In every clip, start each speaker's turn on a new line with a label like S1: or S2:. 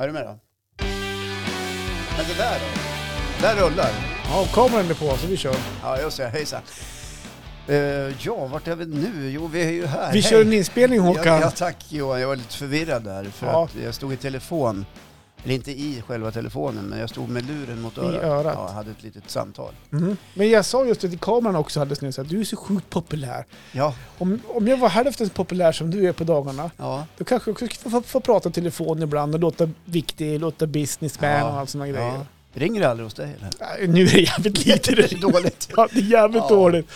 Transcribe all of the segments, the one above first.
S1: Är du med då? Men det där då? Där rullar.
S2: Ja, kameran är på så vi kör.
S1: Ja, jag ser. Hejsan. Eh, ja, vart är vi nu? Jo, vi är ju här.
S2: Vi
S1: Hej.
S2: kör en inspelning Håkan.
S1: Ja, ja, tack Johan. Jag var lite förvirrad där för
S2: Ja.
S1: att jag stod i telefon. Eller inte i själva telefonen, men jag stod med luren mot
S2: I
S1: örat.
S2: örat.
S1: Ja, jag hade ett litet samtal.
S2: Mhm. Men jag sa just det till kameran också alldeles nyss att du är så sjukt populär.
S1: Ja,
S2: Om, om jag var hälften så populär som du är på dagarna,
S1: ja.
S2: då kanske jag också skulle få, få, få prata i telefon ibland och låta viktig, låta businessman
S1: Ja,
S2: och allt sådana
S1: ja.
S2: grejer.
S1: Ringer det aldrig hos dig eller?
S2: Nej, Nu är det jävligt lite
S1: Det är
S2: det.
S1: dåligt.
S2: Ja, det är jävligt
S1: Ja.
S2: dåligt.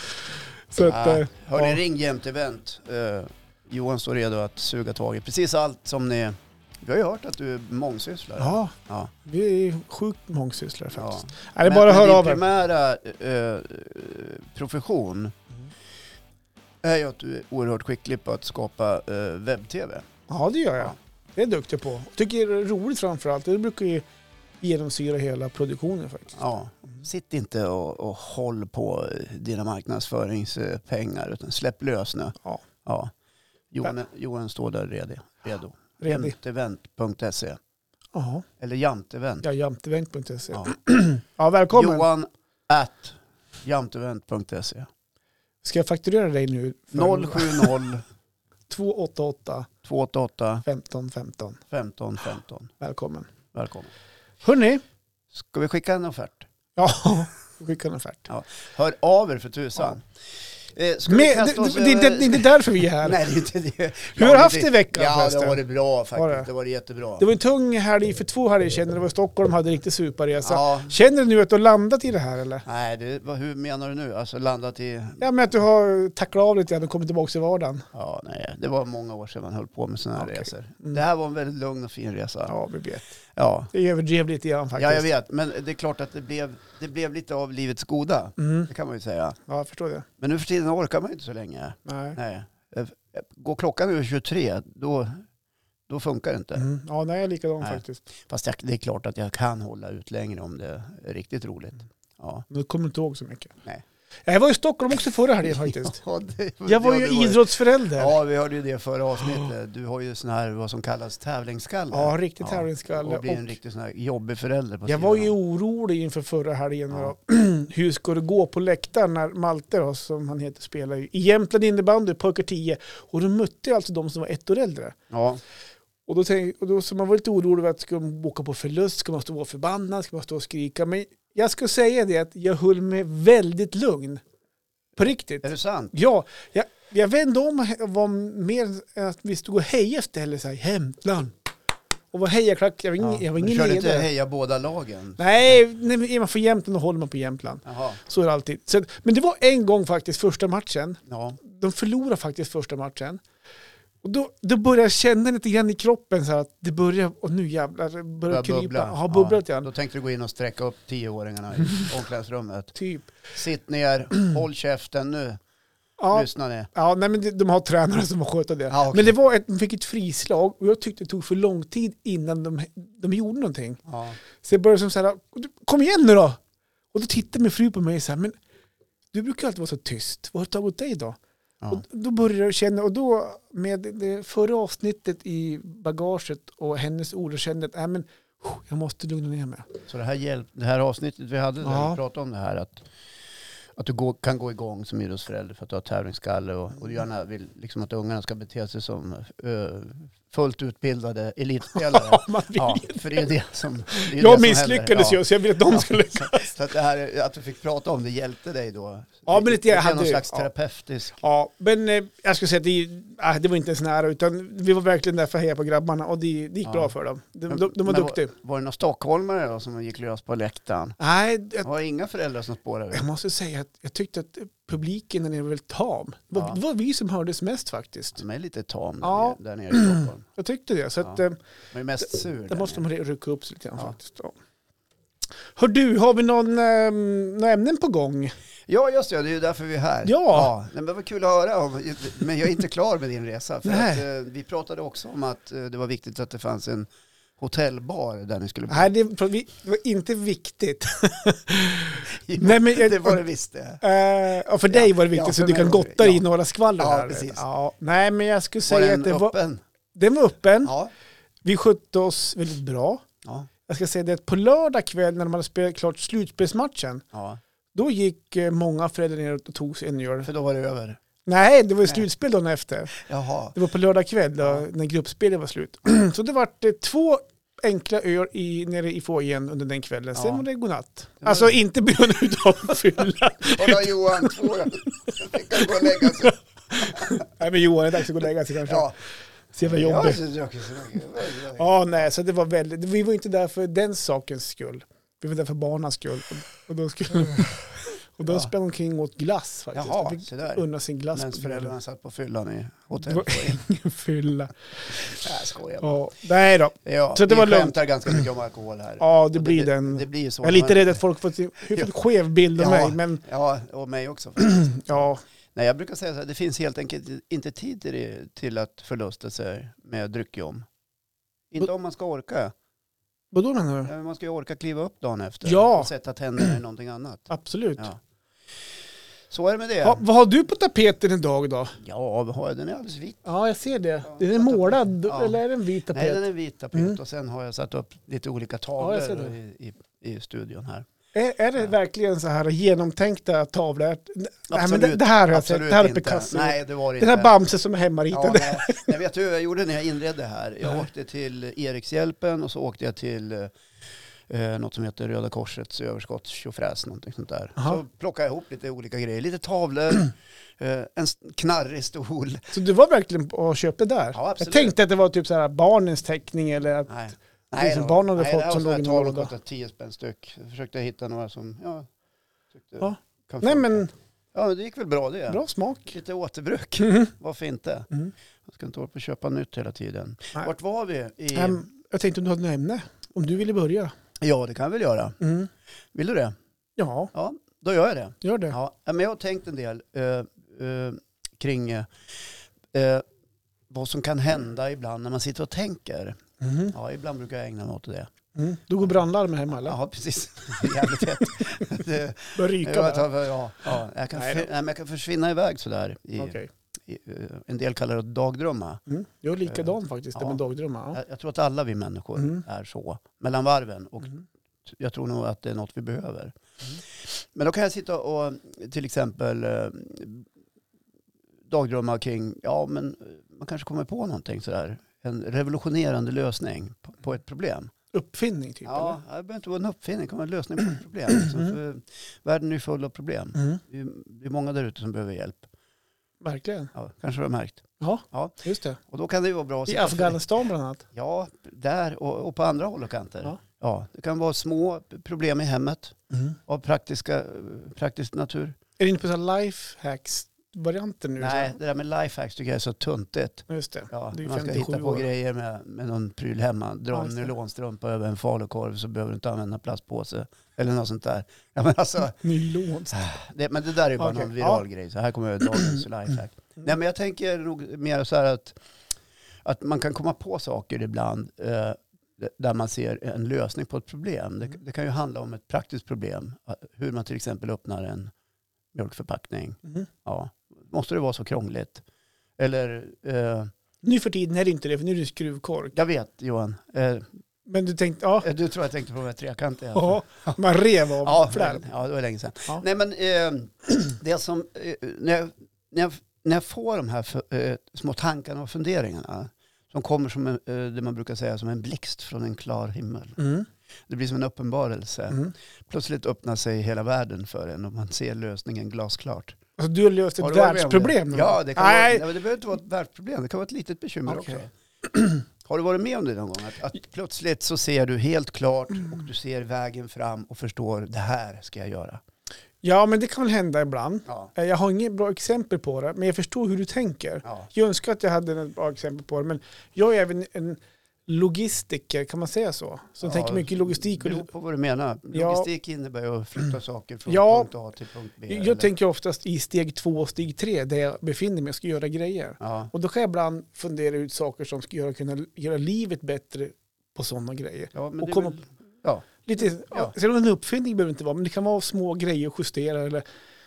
S2: Så att,
S1: Ah,
S2: eh,
S1: hörni,
S2: ja.
S1: ring jämt event. Eh, Johan står redo att suga tag i precis allt som ni... Vi har ju hört att du är mångsysslare.
S2: ja,
S1: Ja.
S2: vi är sjukt mångsysslare faktiskt.
S1: Ja.
S2: Nej, det är bara att höra av
S1: Din
S2: er.
S1: primära eh, profession
S2: Mm.
S1: är ju att du är oerhört skicklig på att skapa eh, webb-tv.
S2: Ja, det gör jag.
S1: Ja.
S2: Det är jag duktig på. Tycker det är roligt framförallt. Det brukar ju genomsyra hela produktionen faktiskt.
S1: Ja.
S2: Mm.
S1: Sitt inte och, och håll på eh, dina marknadsföringspengar utan släpp lös nu.
S2: Ja.
S1: Ja. Johan, Johan står där redig, redo. Mm.
S2: Redig.
S1: Jämtevent.se
S2: Jaha.
S1: eller jantevent.
S2: Ja, jamtevent.se.
S1: Ja.
S2: Ja, välkommen.
S1: Johan at jamtevent.se
S2: Ska jag fakturera dig nu? för
S1: 070
S2: 288
S1: 288
S2: 15 15.
S1: 15 15.
S2: Välkommen.
S1: Välkommen.
S2: Hörrni,
S1: Ska vi skicka en offert?
S2: ja, skicka en offert.
S1: Hör av er för tusan. Eh, ska
S2: Men,
S1: vi
S2: det,
S1: kasta oss
S2: det, det, det är inte därför vi är här.
S1: Nej, det är inte det.
S2: Hur har du haft det i veckan
S1: Ja, det
S2: förresten?
S1: har varit bra faktiskt.
S2: Har
S1: det?
S2: det?
S1: har varit jättebra.
S2: Det var en tung helg för två helger sedan när du var i Stockholm och hade en riktig superresa.
S1: ja.
S2: Känner du nu att du har landat i det här eller?
S1: Nej, det, vad, hur menar du nu? Alltså landat i...
S2: Ja, men att du har tacklat av lite grann och kommit tillbaka till vardagen.
S1: Ja, nej, det var många år sedan man höll på med sådana här
S2: Okej.
S1: resor.
S2: Mm.
S1: Det här var en väldigt lugn och fin resa.
S2: Ja, vi vet.
S1: Ja.
S2: Jag överdrev lite grann
S1: Ja,
S2: faktiskt.
S1: jag vet. Men det är klart att det blev, det blev lite av livets goda.
S2: Mm.
S1: Det kan man ju säga.
S2: Ja, jag förstår det.
S1: Men nu för tiden orkar man ju inte så länge.
S2: Nej.
S1: Nej. Eh, Går klockan över 23, då, då funkar det inte.
S2: Mm. Ja, nej, jag är likadan
S1: Nej.
S2: faktiskt.
S1: Fast jag, det är klart att jag kan hålla ut längre om det är riktigt roligt. Ja.
S2: Nu kommer du inte ihåg så mycket.
S1: Nej.
S2: Jag var i Stockholm också förra helgen faktiskt.
S1: Ja, det,
S2: Jag var
S1: det
S2: ju
S1: har du
S2: idrottsförälder. Ja,
S1: Ja, vi hörde ju det förra avsnittet. Du har ju sån här, vad som kallas tävlingsskalle.
S2: riktigt tävlingsskalle.
S1: Och blir en
S2: Och
S1: riktig sån här jobbig förälder på
S2: jag var ju
S1: sidan.
S2: orolig inför förra helgen.
S1: Ja.
S2: då. Hur ska det gå på läktaren när Malte, då, som han heter, spelar ju i Jämtland innebandy, pojkar 10. Och då mötte jag alltså de som var ett år äldre.
S1: Ja,
S2: Och då, tänk, och då så man var lite orolig över att ska man åka på förlust, ska man stå och vara förbannad, ska man stå och skrika. Men jag ska säga det att jag höll mig väldigt lugn. På riktigt.
S1: är det sant?
S2: Ja, jag, jag vände om och var mer att vi stod och hejade efter eller så här, Jämtland. Och var hejaklack, jag var ingen,
S1: Ja.
S2: jag var
S1: Du
S2: ingen
S1: körde
S2: ledare.
S1: inte heja båda lagen?
S2: Nej, nej, är man för Jämtland då håller man på Jämtland.
S1: Jaha.
S2: Så är det alltid. Så, att- men det var en gång faktiskt första matchen.
S1: Ja.
S2: De förlorade faktiskt första matchen. Och då, då började jag känna lite grann i kroppen så här att det börjar, och nu jävlar, det börjar
S1: Börja
S2: krypa.
S1: bubbla.
S2: Ja, bubblar lite
S1: Då
S2: grann.
S1: tänkte du gå in och sträcka upp tioåringarna i omklädningsrummet.
S2: Typ.
S1: Sitt ner, håll käften nu,
S2: Ja,
S1: lyssna ni.
S2: Ja, nej, men de, de har tränare som har sköter det.
S1: Ja, okej.
S2: Men det var ett, de fick ett frislag och jag tyckte det tog för lång tid innan de, de gjorde någonting.
S1: Ja.
S2: Så jag började som så här, kom igen nu då! Och då tittade min fru på mig så här, men du brukar alltid vara så tyst, vad har det tagit dig då?
S1: Ja.
S2: Och då började jag känna, och då med det förra avsnittet i bagaget och hennes ord, jag kände att, nej men oh, jag måste lugna ner mig.
S1: Så det här, hjälp, det här avsnittet vi hade där
S2: Ja.
S1: vi pratade om det här att, att du går, kan gå igång som idrottsförälder för att du har tävlingsskalle och, och du gärna vill liksom att ungarna ska bete sig som eh, fullt utbildade elitspelare.
S2: Man vill
S1: ja,
S2: ju-
S1: för det är det som det är
S2: jag
S1: det som händer.
S2: misslyckades ju, så jag vill att de ska lyckas.
S1: Så att, det här, att du fick prata om det hjälpte dig då?
S2: Ja, men
S1: det
S2: lite- jag
S1: blev
S2: hade-
S1: någon slags
S2: ja.
S1: terapeutisk...
S2: Ja, men eh, jag skulle säga att det, ah, det var inte ens nära, utan vi var verkligen där för att heja på grabbarna och det, det gick
S1: Ja.
S2: bra för dem. De,
S1: Men-
S2: de, de var
S1: men
S2: duktiga.
S1: Var det några stockholmare då som gick lös på läktaren?
S2: Nej, jag,
S1: Var det inga föräldrar som spårade ur?
S2: jag måste säga att jag tyckte att publiken där nere var väldigt tam. Det var,
S1: Ja.
S2: det var vi som hördes mest faktiskt.
S1: De är lite tam där,
S2: Ja.
S1: nere, där nere i Stockholm.
S2: Jag tyckte det, så att
S1: Ja,
S2: eh,
S1: De är mest sur
S2: där
S1: där
S2: måste
S1: nere.
S2: de ry- rycka upp sig lite grann
S1: Ja.
S2: faktiskt. Ja. Hör du, har vi någon, eh, några ämnen på gång?
S1: Ja, just det. Det är ju därför vi är här.
S2: Ja.
S1: nej, men vad kul att höra. om. Men jag är inte klar med din resa. För
S2: Nej.
S1: att, eh, vi pratade också om att eh, det var viktigt att det fanns en hotellbar där ni skulle bo.
S2: Nej, det, vi- det var inte viktigt. Nej, men jag-
S1: det var det visst det.
S2: Eh, ja, för dig var det viktigt
S1: ja,
S2: så
S1: för
S2: du
S1: mig
S2: kan
S1: var det-
S2: gotta dig i
S1: ja.
S2: några skvaller
S1: Ja,
S2: här.
S1: precis.
S2: Ja, nej, men jag skulle
S1: Var
S2: säga att
S1: den
S2: det var,
S1: öppen?
S2: den var öppen.
S1: Ja.
S2: Vi skötte oss väldigt bra.
S1: Ja.
S2: Jag ska säga det att på lördag kväll när de hade spelat klart slutspelsmatchen,
S1: ja.
S2: då gick eh, många föräldrar ner och tog sig en öl.
S1: För då var det över.
S2: Nej, det var ju
S1: Nej.
S2: slutspel dagen efter.
S1: Jaha.
S2: Det var på lördag kväll då,
S1: Ja.
S2: när gruppspelet var slut. så det var två enkla öl i, nere i foajén under den kvällen. Sen
S1: Ja.
S2: var det godnatt.
S1: var
S2: Alltså
S1: det.
S2: inte på grund av fylla.
S1: Kolla Johan, två öl. Sen fick han gå och lägga sig.
S2: Nej men Johan, det är dags att gå och lägga sig kanske.
S1: Ja.
S2: Så jävla
S1: Jag har
S2: jobbigt.
S1: inte druckit så mycket.
S2: Ja, nej, så det var väldigt, vi var inte där för den sakens skull. Vi var där för barnens skull. Och- Och då skulle, och då
S1: Ja.
S2: sprang de omkring och åt glass faktiskt.
S1: Jaha,
S2: de fick
S1: så där.
S2: unna sin glass.
S1: Medan
S2: på kvällen.
S1: föräldrarna satt på fyllan i
S2: Det
S1: hotell.
S2: var ingen fylla.
S1: Jag skojar bara.
S2: Ja, nej då.
S1: Ja,
S2: Så det
S1: vi
S2: var lugnt.
S1: skämtar ganska mycket om alkohol här.
S2: Ja, det
S1: Och
S2: blir den.
S1: Det blir ju så.
S2: Jag är lite
S1: Men-
S2: rädd att folk får en skev bild av
S1: Ja.
S2: mig, men
S1: Ja, och mig också.
S2: ja.
S1: Nej, jag brukar säga så här, det finns helt enkelt inte tid till, det, till att förlusta sig med dryckjom. Inte om man ska orka.
S2: Vadå menar du?
S1: Ja, men Man ska ju orka kliva upp dagen efter
S2: Ja.
S1: och sätta tänderna i någonting annat.
S2: Absolut. Ja.
S1: Ja. Så är det med det.
S2: Ja,
S1: Ja,
S2: vad har du på tapeten idag då?
S1: vad har jag? den är alldeles vit.
S2: Ja, jag ser det.
S1: Ja,
S2: Den är
S1: på tapeten.
S2: målad,
S1: Ja.
S2: eller är det en vit tapet?
S1: Nej, den är vit tapet
S2: Mm.
S1: och sen har jag satt upp lite olika
S2: Ja, jag ser
S1: tavlor
S2: det.
S1: i, i, i studion här.
S2: Är, är det
S1: Ja.
S2: verkligen så här genomtänkta tavlor? Nej, men det,
S1: Absolut.
S2: det här har jag sett.
S1: Absolut
S2: Det här är
S1: inte.
S2: Picasso.
S1: Nej, det var det
S2: Den
S1: inte.
S2: här Bamse som är
S1: Ja,
S2: hemmaritad.
S1: nej, nej, vet du hur jag gjorde när jag inredde här? Jag
S2: Nej.
S1: åkte till Erikshjälpen och så åkte jag till eh, något som heter Röda Korsets överskott, tjofräs, någonting sånt där.
S2: Aha.
S1: Så plockade jag ihop lite olika grejer, lite tavlor, eh, en s- knarrig stol.
S2: Så du var verkligen och köpte där?
S1: Ja,
S2: jag
S1: absolut.
S2: tänkte att det var typ så här barnens teckning eller att...
S1: Nej.
S2: som barn hade fått som låg i
S1: låg
S2: låda.
S1: i kostat 10 spänn styck. Jag försökte hitta några som, ja, tyckte
S2: Ja.
S1: kan
S2: Nej
S1: funka.
S2: men,
S1: Ja, det gick väl bra det.
S2: bra smak.
S1: Lite återbruk, varför inte?
S2: Mm.
S1: Man ska inte hålla på och köpa nytt hela tiden.
S2: Nej.
S1: Vart var vi? I...
S2: Ehm, jag tänkte om du hade något ämne? Om du ville börja?
S1: Ja, det kan jag väl göra.
S2: Mm.
S1: Vill du det?
S2: Ja,
S1: Ja, då gör jag det.
S2: gör det.
S1: Ja, men jag har tänkt en del eh, eh, kring eh, eh, vad som kan hända ibland när man sitter och tänker.
S2: Mhm.
S1: Ja, ibland brukar jag ägna mig åt det.
S2: Mm. Då går brandlarmen hemma eller?
S1: Ja, precis. Jävligt hett. Det-
S2: Börjar ryka
S1: jag,
S2: där.
S1: tar, ja, ja, jag, kan
S2: Nej
S1: för,
S2: då.
S1: nej, men jag kan försvinna iväg sådär. I,
S2: Okej.
S1: i, eh, en del kallar det dagdrömma.
S2: Mm. Jag är likadan faktiskt, det
S1: Eh, ja.
S2: med dagdrömmar. Ja.
S1: Jag, jag tror att alla vi människor
S2: Mm.
S1: är så, mellan varven. Och
S2: Mm.
S1: jag tror nog att det är något vi behöver. Men då kan jag sitta och till exempel eh, dagdrömma kring, ja men eh, man kanske kommer på någonting sådär. En revolutionerande lösning på- på ett problem.
S2: Uppfinning typ
S1: Ja, det behöver inte vara en uppfinning, det kan vara en lösning på ett problem. Liksom, för världen är ju full av problem.
S2: eller? Mm.
S1: Det är, det är många där ute som behöver hjälp.
S2: Verkligen.
S1: Ja, kanske du har märkt.
S2: Ja,
S1: Ja.
S2: just det.
S1: Och då kan det ju vara bra att
S2: I
S1: sitta för-
S2: Afghanistan bland annat.
S1: Ja, där och, och på andra håll och kanter.
S2: Ja.
S1: Ja. det kan vara små problem i hemmet av praktiska, praktisk natur.
S2: Är det inte på så här lifehacks-varianten nu?
S1: Nej, det där med lifehacks tycker jag är så tuntigt.
S2: Så- Just det.
S1: Ja,
S2: det är
S1: man ska
S2: 57
S1: hitta på
S2: år.
S1: grejer med, med någon pryl hemma.
S2: Ja,
S1: Dra
S2: just
S1: en
S2: det.
S1: nylonstrumpa över en falukorv så behöver du inte använda plastpåse. Eller något sånt där. Ja, men, alltså,
S2: Nylon.
S1: det, men det där är ju bara
S2: Okej, Mm.
S1: någon viral grej. Så här kommer dagens lifehack. Nej, men jag tänker nog mer så här att, att man kan komma på saker ibland eh, där man ser en lösning på ett problem. Det,
S2: Mm.
S1: det kan ju handla om ett praktiskt problem. eh, Hur man till exempel öppnar en mjölkförpackning.
S2: Mm.
S1: Ja. Måste det vara så krångligt? Eller, eh,
S2: Nu för tiden är det inte det, för nu är det skruvkork.
S1: jag vet Johan, eh,
S2: Men du tänkte, ja,
S1: du tror jag tänkte på de här trekantiga.
S2: ja man rev av
S1: ja,
S2: flärp.
S1: ja, det var länge sedan.
S2: Ja.
S1: Nej men eh, det som, eh, när, jag, när, jag, när jag får de här för, eh, små tankarna och funderingarna som kommer som en, eh, det man brukar säga som en blixt från en klar himmel.
S2: Mm.
S1: Det blir som en uppenbarelse.
S2: Mm.
S1: Plötsligt öppnar sig hela världen för en och man ser lösningen glasklart.
S2: Alltså du har löst ett
S1: Har du varit med om
S2: världsproblem.
S1: det? Ja, det, kan vara, nej,
S2: Nej,
S1: men det behöver inte vara ett världsproblem. Det kan vara ett litet bekymmer
S2: Okej.
S1: också. Har du varit med om det någon gång? Att, att plötsligt så ser du helt klart och du ser vägen fram och förstår det här ska jag göra.
S2: ja, men det kan väl hända ibland.
S1: Ja.
S2: Eh, Jag har inget bra exempel på det, men jag förstår hur du tänker.
S1: Ja.
S2: Jag önskar att jag hade ett bra exempel på det, men jag är även en logistiker, kan man säga så? Som
S1: Ja,
S2: tänker mycket logistik.
S1: beror
S2: Och,
S1: på vad du menar.
S2: Ja.
S1: Logistik innebär ju att flytta saker från
S2: Ja.
S1: punkt A till punkt B. eller-
S2: jag tänker oftast i steg två och steg tre, där jag befinner mig och ska göra grejer.
S1: Ja.
S2: Och då kan jag ibland fundera ut saker som ska göra, kunna göra livet bättre på sådana grejer.
S1: Ja, men
S2: Och
S1: det är
S2: komma-
S1: väl, ja.
S2: Lite, ja.
S1: Mm, Ja.
S2: så en uppfinning behöver det inte vara, men det kan vara små grejer att justera eller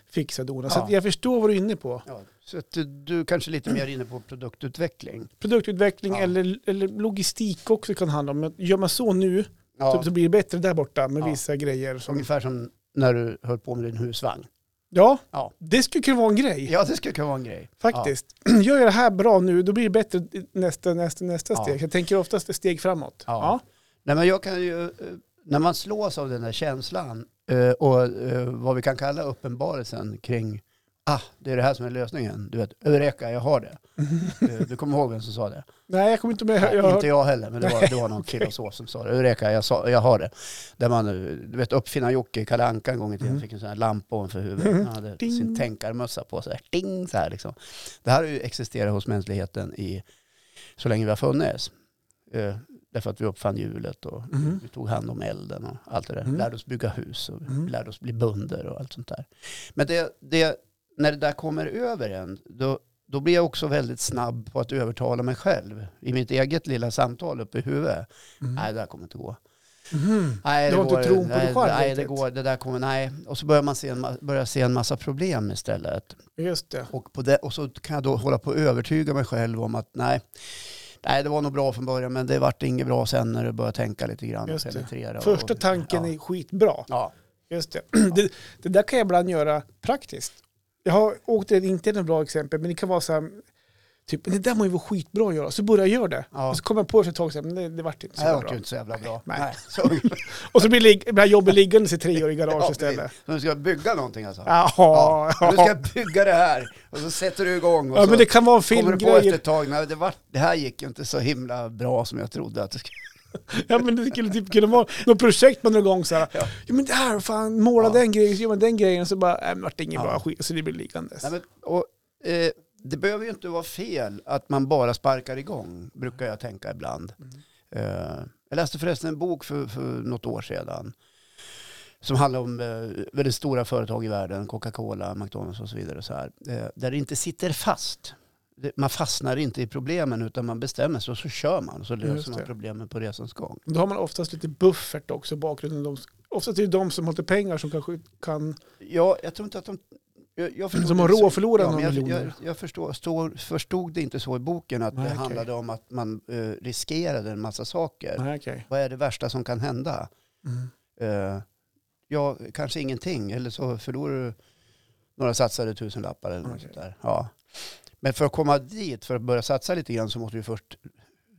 S2: fixa och dona. Så
S1: Ja.
S2: att jag förstår vad du är inne på.
S1: Ja. Så att du, du kanske är lite mer inne på produktutveckling.
S2: Produktutveckling
S1: Ja.
S2: eller, eller logistik också kan handla om. Men Gör man så nu
S1: Ja,
S2: så, så blir det bättre där borta med
S1: Ja. Mm.
S2: vissa grejer. Som,
S1: ungefär Typ som när du höll på med din husvagn.
S2: ja,
S1: Ja.
S2: det skulle kunna vara en grej
S1: Ja, det skulle kunna vara en grej.
S2: faktiskt. Gör jag det här bra nu, då blir det bättre i nästa, nästa, nästa
S1: Ja.
S2: steg. Jag tänker oftast ett steg framåt.
S1: Ja.
S2: Ja.
S1: Nej, men jag kan ju, eh, när man slås av den här känslan eh, och eh, vad vi kan kalla uppenbarelsen kring ah, det är det här som är lösningen. Du vet, Eureka, jag har det. Eh, Du kommer ihåg vem som sa det?
S2: Nej, jag kommer inte med.
S1: Nej,
S2: Jag, har-
S1: inte jag heller, men det var, det var någon kille hos oss som sa det. Eureka, jag, sa, jag har det. Där man, eh, du vet, uppfinnar-Jocke i Kalle Anka en gång i tiden
S2: Mm.
S1: fick en sån här lampa ovanför huvudet. Han hade
S2: Ding.
S1: sin tänkarmössa på sig. Ding, så här liksom. Det här har ju existerat hos mänskligheten i, så länge vi har funnits. Eh, därför att vi uppfann hjulet och
S2: Mhm.
S1: vi tog hand om elden och allt det där.
S2: Mm.
S1: Lärde oss bygga hus och
S2: Mm.
S1: lärde oss bli bönder och allt sånt där. Men det, det, när det där kommer över en, då, då blir jag också väldigt snabb på att övertala mig själv. I mitt eget lilla samtal uppe i huvudet.
S2: Mm.
S1: Nej, det där kommer inte gå.
S2: Mhm.
S1: Nej,
S2: Du
S1: det
S2: har inte
S1: går-
S2: tron på dig
S1: nej,
S2: själv
S1: Nej, det
S2: riktigt.
S1: går, det där kommer, nej. Och så börjar man se en, ma- börjar se en massa problem istället.
S2: Just det.
S1: Och, på det, och så kan jag då hålla på att övertyga mig själv om att nej, nej det var nog bra från början men det vart inget bra sen när du började tänka lite grann
S2: Just
S1: och
S2: det.
S1: penetrera.
S2: Första
S1: och,
S2: tanken
S1: ja.
S2: är skitbra.
S1: Ja,
S2: Just det. det. Det där kan jag ibland göra praktiskt. Jag har åkt det inte är något bra exempel, men det kan vara så här, typ, det där må ju vara skitbra att göra, så börjar jag göra det.
S1: Ja.
S2: Och så kommer jag på efter ett tag, så här, men det, det vart inte så
S1: det
S2: bra.
S1: vart ju inte så jävla bra.
S2: Nej.
S1: så,
S2: Och så blir lig- blir jobbet liggandes i tre år i garage
S1: Ja,
S2: istället.
S1: så du ska bygga någonting alltså?
S2: Jaha.
S1: Ja,
S2: Ja,
S1: Du ska bygga det här och så sätter du igång och
S2: ja,
S1: så
S2: men det kan vara en
S1: kommer du på efter
S2: filmgrej.
S1: ett tag, nej, det, var, det här gick ju inte så himla bra som jag trodde att det skulle.
S2: Ja, men det skulle typ kunna vara något projekt man drar igång så här.
S1: Ja.
S2: Ja. men det här, fan, måla
S1: Ja.
S2: den grejen, så gör man den grejen, så bara, nej, men vart det ingen
S1: Ja.
S2: bra skit, så det blir liggandes.
S1: Nej, men, och, eh, det behöver ju inte vara fel att man bara sparkar igång, brukar jag tänka ibland.
S2: Mm.
S1: Eh, jag läste förresten en bok för, för något år sedan som handlar om eh, väldigt stora företag i världen, Coca-Cola, McDonalds och så vidare. Och så här, eh, där det inte sitter fast. Det, man fastnar inte i problemen utan man bestämmer sig och så kör man och så
S2: Just
S1: löser man
S2: det.
S1: problemen på resans gång.
S2: Då har man oftast lite buffert också i bakgrunden. De, oftast är det de som har lite pengar som kanske kan,
S1: Ja, jag tror inte att de... Jag, jag förstod
S2: som har
S1: inte så-
S2: råförlorat
S1: men
S2: några
S1: jag, jag,
S2: miljoner.
S1: jag förstod, stod, förstod det inte så i boken att
S2: Nej,
S1: det
S2: okej.
S1: handlade om att man eh, riskerade en massa saker.
S2: Nej, okej.
S1: Vad är det värsta som kan hända?
S2: Mm.
S1: Eh, ja, kanske ingenting. Eller så förlorar du några satsade tusenlappar eller något
S2: Okej.
S1: sånt där. Ja. Men för att komma dit, för att börja satsa lite grann så måste du först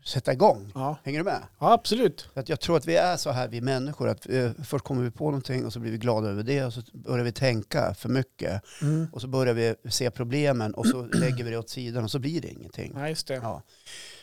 S1: sätta igång.
S2: Ja.
S1: Hänger du med?
S2: ja, absolut.
S1: För att jag tror att vi är så här, vi människor, att eh, först kommer vi på någonting och så blir vi glada över det och så börjar vi tänka för mycket.
S2: Mm.
S1: Och så börjar vi se problemen och så lägger vi det åt sidan och så blir det ingenting.
S2: Ja, just det.
S1: Ja.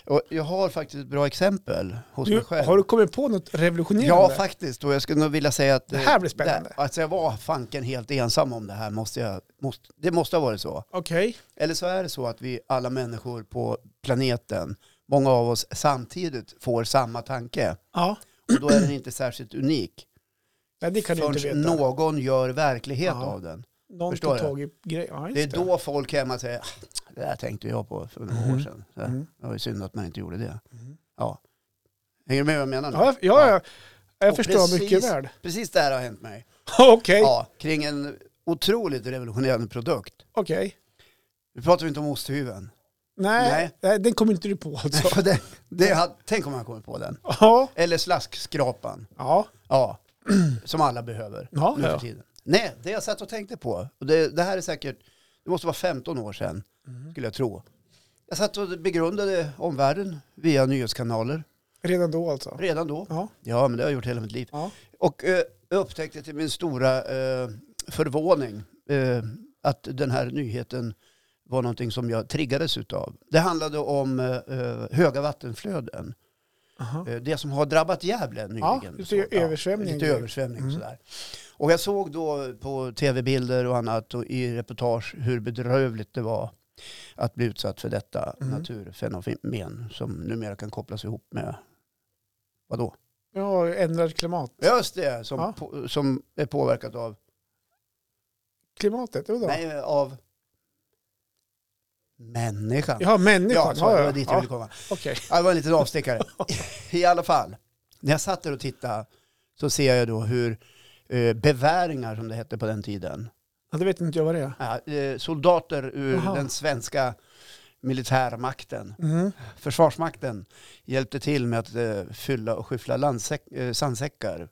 S1: Och jag har faktiskt ett bra exempel hos
S2: Du,
S1: mig själv.
S2: har du kommit på något
S1: Ja,
S2: revolutionerande?
S1: faktiskt. Och jag skulle nog vilja säga att...
S2: Det här blir spännande.
S1: Det, alltså jag var fanken helt ensam om det här. Måste jag, måste, det måste ha varit så.
S2: Okej.
S1: Eller så är det så att vi alla människor på planeten, många av oss samtidigt får samma tanke.
S2: Ja.
S1: Och då är den inte särskilt unik.
S2: Nej, det kan du inte veta.
S1: Förrän någon gör verklighet
S2: Ja.
S1: av den.
S2: Någon
S1: förstår
S2: tar
S1: jag.
S2: tag i grejer. Ja, just
S1: Det är då folk hemma säger, "Ah, det där tänkte jag på för några år
S2: Mhm.
S1: sedan. Så här,
S2: Mm.
S1: Det var ju synd att man inte gjorde det.
S2: Mm.
S1: Ja. Hänger du med vad jag menar nu?
S2: Ja, jag, ja, jag, jag
S1: Och
S2: förstår
S1: precis-
S2: mycket väl.
S1: Precis det här har hänt mig.
S2: Okej,
S1: Ja, kring en otroligt revolutionerande produkt.
S2: okej.
S1: Nu pratar vi inte om osthyveln.
S2: Nej,
S1: Nej.
S2: nej, den kommer inte du på alltså.
S1: För det, det, hade- tänk om jag kommer på den.
S2: Ja,
S1: Eller slaskskrapan.
S2: ja,
S1: Ja, som alla behöver
S2: Ja,
S1: nu för
S2: ja.
S1: tiden. Nej, det jag satt och tänkte på, och det, det här är säkert, det måste vara 15 år sedan,
S2: Mm-hmm.
S1: skulle jag tro. Jag satt och begrundade omvärlden via nyhetskanaler
S2: redan då alltså.
S1: redan då.
S2: Ja,
S1: Ja, men det har jag gjort hela mitt liv.
S2: ja.
S1: Och eh, jag upptäckte till min stora eh, förvåning eh, att den här nyheten var någonting som jag triggades utav. Det handlade om eh, eh, höga vattenflöden.
S2: Aha.
S1: Eh, det som har drabbat Gävle nyligen.
S2: lite
S1: Så,
S2: översvämning.
S1: Lite översvämning och
S2: Mm.
S1: sådär. Och jag såg då på tv-bilder och annat och i reportage hur bedrövligt det var att bli utsatt för detta
S2: Mm.
S1: naturfenomen som numera kan kopplas ihop med, vadå?
S2: Ja, ändrat klimat.
S1: Just det, som,
S2: Ja.
S1: på, som är påverkat av,
S2: Klimatet, vadå?
S1: nej, av människan.
S2: Ja,
S1: Ja,
S2: människan.
S1: så,
S2: Ja,
S1: det
S2: ja,
S1: var dit jag
S2: ja.
S1: ville komma.
S2: Okej.
S1: Ja, det var en liten avstickare. I alla fall, när jag satt där och tittade så ser jag då hur eh, beväringar, som det hette på den tiden,
S2: Ja, det vet inte jag vad det är.
S1: Ja, eh, soldater ur
S2: Jaha.
S1: den svenska militärmakten,
S2: Mm.
S1: försvarsmakten, hjälpte till med att eh, fylla och skyffla landsäck, eh, sandsäckar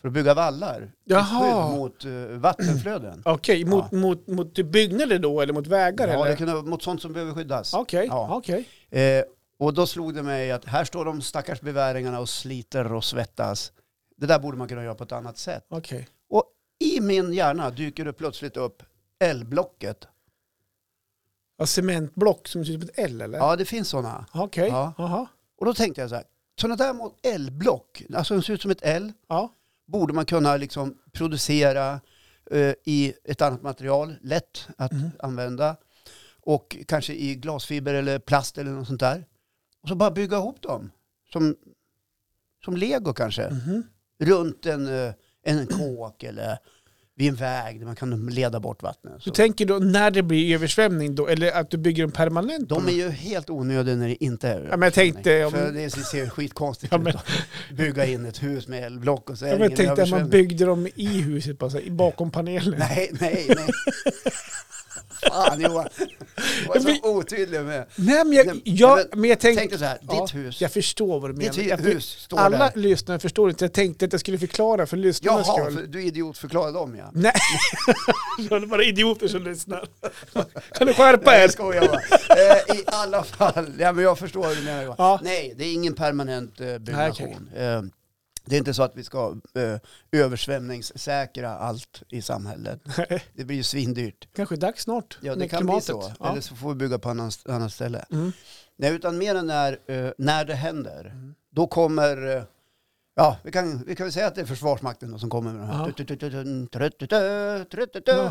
S1: för att bygga vallar till
S2: Jaha.
S1: skydd mot eh, vattenflöden.
S2: Okej, mot, mot, mot typ byggnader då eller mot vägar?
S1: Ja,
S2: eller?
S1: det kunde vara mot sånt som behöver skyddas.
S2: Okej,
S1: Ja.
S2: okej.
S1: Eh, och då slog det mig att här står de stackars beväringarna och sliter och svettas. Det där borde man kunna göra på ett annat sätt.
S2: okej.
S1: I min hjärna dyker det plötsligt upp L-blocket.
S2: Ja, cementblock som ser ut som ett L eller?
S1: Ja, det finns sådana.
S2: Okej,
S1: Ja.
S2: jaha.
S1: Och då tänkte jag så här, sådana där mot L-block, alltså de ser ut som ett L,
S2: Ja.
S1: borde man kunna liksom producera eh, i ett annat material, lätt att
S2: Mhm.
S1: använda. Och kanske i glasfiber eller plast eller något sånt där. Och så bara bygga ihop dem. Som, som lego kanske.
S2: Mhm.
S1: Runt en, eh, en kåk eller vid en väg där man kan leda bort vattnet.
S2: Du
S1: Så.
S2: tänker då när det blir översvämning då, eller att du bygger en permanent?
S1: De
S2: då?
S1: är ju helt onödiga när det inte är
S2: Ja, men jag tänkte om-
S1: För det ser skitkonstigt
S2: Ja,
S1: ut
S2: men-
S1: att bygga in ett hus med elblock och så är
S2: Ja,
S1: det
S2: men
S1: ingen
S2: jag tänkte att man
S1: översvämning.
S2: byggde dem i huset, bara, så här, i bakom panelen.
S1: Nej, nej, nej. Fan Johan. Du var
S2: Ja, men-
S1: så otydlig med.
S2: Nej, men jag,
S1: Nej,
S2: jag, men jag tänkte...
S1: Tänkte så här, ditt
S2: Ja,
S1: hus.
S2: Jag förstår vad du menar.
S1: Ditt
S2: Jag,
S1: hus står
S2: alla
S1: där.
S2: lyssnare förstår inte. Jag tänkte att jag skulle förklara för lyssnarnas
S1: Jaha,
S2: skull.
S1: för, du idiotförklarade dem ja.
S2: Nej, det är bara idioter som lyssnar. Kan du skärpa er?
S1: Jag skojar bara. Eh, I alla fall, ja, men jag förstår vad du menar Johan.
S2: Ja.
S1: Nej, det är ingen permanent eh,
S2: Nej,
S1: byggnation. Eh, det är inte så att vi ska eh, översvämningssäkra allt i samhället.
S2: Nej.
S1: Det blir ju svindyrt.
S2: Kanske dags snart.
S1: Ja, det
S2: med
S1: kan
S2: klimatet.
S1: bli så.
S2: Ja.
S1: Eller så får vi bygga på annan, annat ställe.
S2: Mm.
S1: Nej, utan mer än när, eh, när det händer. Då kommer, eh, ja, vi kan, vi kan väl säga att det är Försvarsmakten då som kommer med de här.
S2: Ja.
S1: Tutututun, trututö, trututö.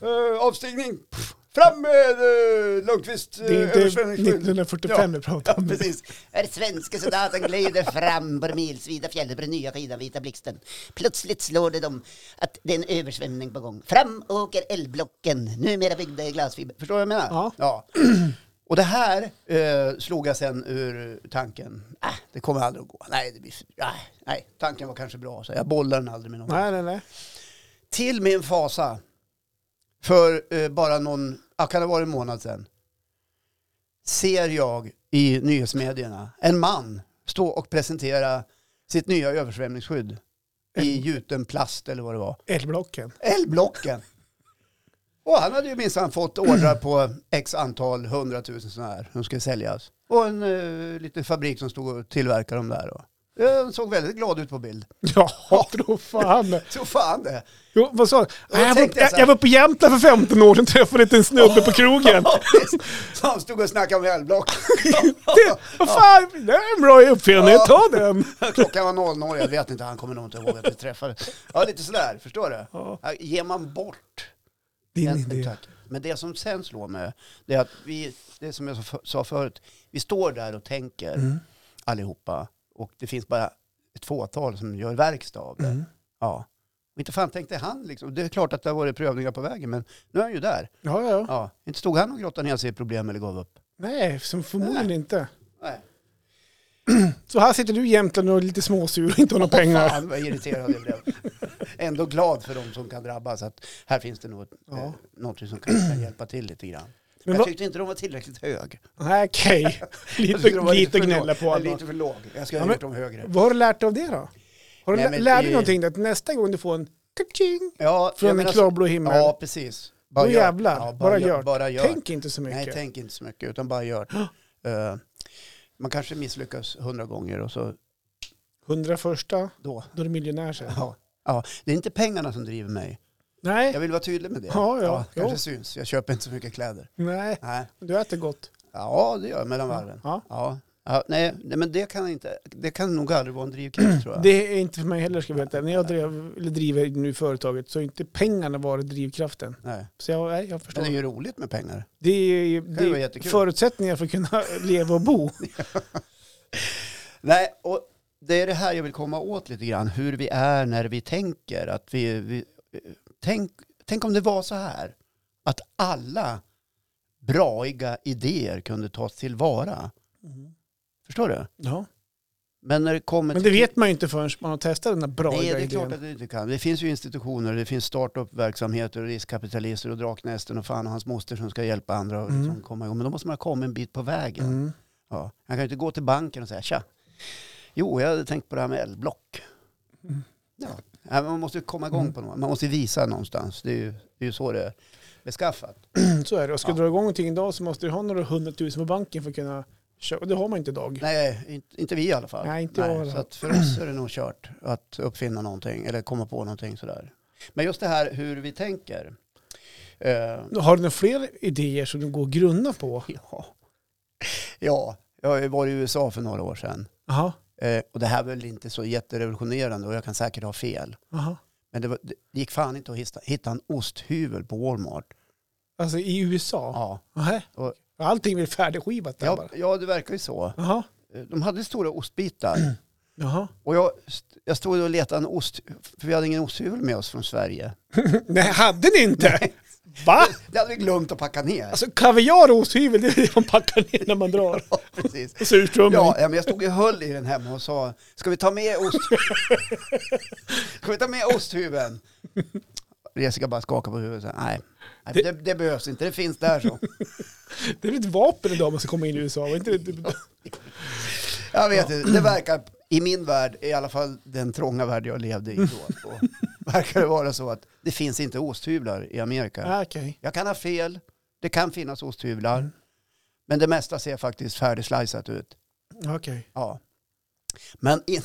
S2: Ja.
S1: Eh, Avstigning! Pff, Fram med eh, Lundqvist eh,
S2: Det är inte
S1: översvämningsskydd.
S2: 1945 vi pratar
S1: Ja,
S2: om. nu.
S1: precis.
S3: Är svenska soldaten glider fram på de milsvida fjällen på den nya sidan vita blixten. Plötsligt slår det dem att det är en översvämning på gång. Fram åker eldblocken, numera byggda i glasfiber.
S1: Förstår du vad jag menar?
S2: Ja.
S1: Och det här eh, slog jag sen ur tanken. Äh, det kommer aldrig att gå. Nej, det blir, äh, nej, tanken var kanske bra. Så jag bollade den aldrig med någon.
S2: Nej, nej, nej.
S1: till min fasa för eh, bara någon, ah, kan det vara en månad sedan, ser jag i nyhetsmedierna en man stå och presentera sitt nya översvämningsskydd i gjuten plast eller vad det var.
S2: Elblocken.
S1: L-blocken. Och han hade ju minsann fått ordrar på x antal hundratusen sådana här som skulle säljas. Och en eh, liten fabrik som stod och tillverkade dem där. Och, eh, såg väldigt glad ut på bild.
S2: Ja, tro fan.
S1: Så fan det.
S2: Jo, vad sa du?
S1: då
S2: Jag, var-
S1: tänkte jag
S2: jag,
S1: så här-
S2: jag var på Jämtland för 15 år sedan och träffade en liten snubbe på krogen.
S1: Ja, visst. Så han stod och snackade om L-block.
S2: Det, vad fan, det är en bra uppfinning,
S1: Ja.
S2: ta den.
S1: Klockan var 00, jag vet inte, han kommer nog inte ihåg att vi träffades. Ja, lite sådär, förstår du?
S2: Ja.
S1: Här Ger man bort
S2: Din
S1: en, en
S2: idé.
S1: tack. Men det som sen slår mig, det är att vi, det är som jag sa- sa förut, vi står där och tänker
S2: Mm.
S1: allihopa och det finns bara ett fåtal som gör verkstad av det.
S2: Mm.
S1: Ja. Och Inte fan tänkte han liksom. Det är klart att det har varit prövningar på vägen, men nu är han ju där.
S2: Ja, ja, ja.
S1: Ja. Inte stod han och grottade ner sig i problem eller gav upp.
S2: Nej, som förmodligen inte.
S1: Nej.
S2: Så här sitter du i Jämtland och är lite småsur och inte har några pengar.
S1: Fan vad irriterad jag blev. Ändå glad för de som kan drabbas. Att här finns det något,
S2: Ja.
S1: eh, något som kan, kan hjälpa till lite grann.
S2: Men
S1: jag
S2: vad-
S1: tyckte inte de var tillräckligt hög.
S2: Nej, okej.
S1: Jag tyckte
S2: Lite,
S1: de var
S2: lite
S1: för
S2: gnälla
S1: låg.
S2: på alla.
S1: Lite för låg. Jag skulle
S2: Ja,
S1: ha
S2: men-
S1: gjort dem högre.
S2: Vad har du lärt dig av det då? Har du
S1: Nej,
S2: lä-
S1: men
S2: lär
S1: det-
S2: dig någonting? Att nästa gång du får en kaching
S1: Ja,
S2: från
S1: jag
S2: en
S1: menar-
S2: klarblå himmel,
S1: Ja, precis.
S2: då
S1: gör.
S2: jävlar.
S1: Ja,
S2: bara, gör.
S1: Bara gör.
S2: Tänk inte så mycket.
S1: Nej, tänk inte så mycket, utan bara gör. Eh, man kanske misslyckas hundra gånger och så
S2: Hundra första,
S1: då.
S2: då är du miljonär sen.
S1: Ja. Ja, det är inte pengarna som driver mig.
S2: Nej,
S1: Jag vill vara tydlig med det.
S2: Ja, ja.
S1: kanske
S2: Jo.
S1: syns. Jag köper inte så mycket kläder.
S2: nej,
S1: Nej.
S2: du äter gott.
S1: Ja, det gör jag mellan varven.
S2: Ja.
S1: Ja. Ja, nej, nej, men det kan, inte, det kan nog aldrig vara en drivkraft tror jag.
S2: Det är inte för mig heller ska jag veta. När jag drev, eller driver nu företaget så har inte pengarna varit drivkraften.
S1: Nej.
S2: Så jag, nej, jag
S1: Men
S2: förstår.
S1: det är ju roligt med pengar.
S2: Det är, ju- det
S1: ju vara
S2: är
S1: jättekul.
S2: förutsättningar för att kunna leva och bo.
S1: Nej, och det är det här jag vill komma åt lite grann. Hur vi är när vi tänker. Att vi, vi, tänk, tänk om det var så här. Att alla braiga idéer kunde tas tillvara. Förstår du?
S2: Ja.
S1: Men när det kommer
S2: Men det
S1: till-
S2: vet man ju inte förrän man har testat den där bra
S1: Nej, det är
S2: idén.
S1: klart att du inte kan. Det finns ju institutioner, det finns startup-verksamheter och riskkapitalister och draknästen och fan och hans moster som ska hjälpa andra att
S2: Mm.
S1: liksom komma igång. Men då måste man komma en bit på vägen.
S2: Mm.
S1: Ja. Han kan ju inte gå till banken och säga tja, jo jag hade tänkt på det här med elblock.
S2: Mm.
S1: Ja. Nej, Man måste ju komma igång
S2: Mm.
S1: på något. Man måste ju visa någonstans. Det är ju, det är ju så det är beskaffat.
S2: Så är det. Och ska
S1: Ja.
S2: du dra igång någonting idag så måste du ha några hundratusen på banken för att kunna köpa. Och det har man inte idag.
S1: Nej, inte, inte vi i alla fall.
S2: Nej, inte jag i alla
S1: Så
S2: fall.
S1: att för oss är det nog kört att uppfinna någonting eller komma på någonting sådär. Men just det här hur vi tänker. Eh,
S2: Har du några fler idéer som du går och grunnar på?
S1: Ja. ja, jag har ju varit i USA för några år sedan.
S2: Jaha.
S1: Eh, och det här är väl inte så jätterevolutionerande och jag kan säkert ha fel.
S2: Jaha.
S1: Men det, var, det gick fan inte att hitta, hitta en osthyvel på Walmart.
S2: Alltså i USA?
S1: Ja.
S2: Ja.
S1: Och-
S2: Allting är färdigskivat där
S1: Ja,
S2: bara?
S1: ja, det verkar ju så.
S2: Jaha.
S1: Eh, De hade stora ostbitar.
S2: Jaha.
S1: Och jag, st- jag stod och letade en ost, för vi hade ingen osthyvel med oss från Sverige.
S2: Nej, hade ni inte? Va?
S1: Det hade vi glömt att packa ner.
S2: Alltså kaviar och osthyvel, det är det man packar ner när man drar.
S1: Ja, precis.
S2: Och surströmming.
S1: Ja, ja, men jag stod och höll i den hemma och sa, ska vi ta med ost? ska vi ta med osthuven? Jessica bara skakade på huvudet och sa, nej, nej det,
S2: Det-
S1: det, behövs inte, det finns där så.
S2: Det är väl ett vapen idag om man ska komma in i USA? Var inte det,
S1: Jag vet inte, det verkar i min värld, i alla fall den trånga värld jag levde i då, och verkar det vara så att det finns inte osthyvlar i Amerika.
S2: Ah, Okej.
S1: Jag kan ha fel, det kan finnas osthyvlar, men det mesta ser faktiskt färdigslicat ut.
S2: Okej.
S1: Ja. Men in...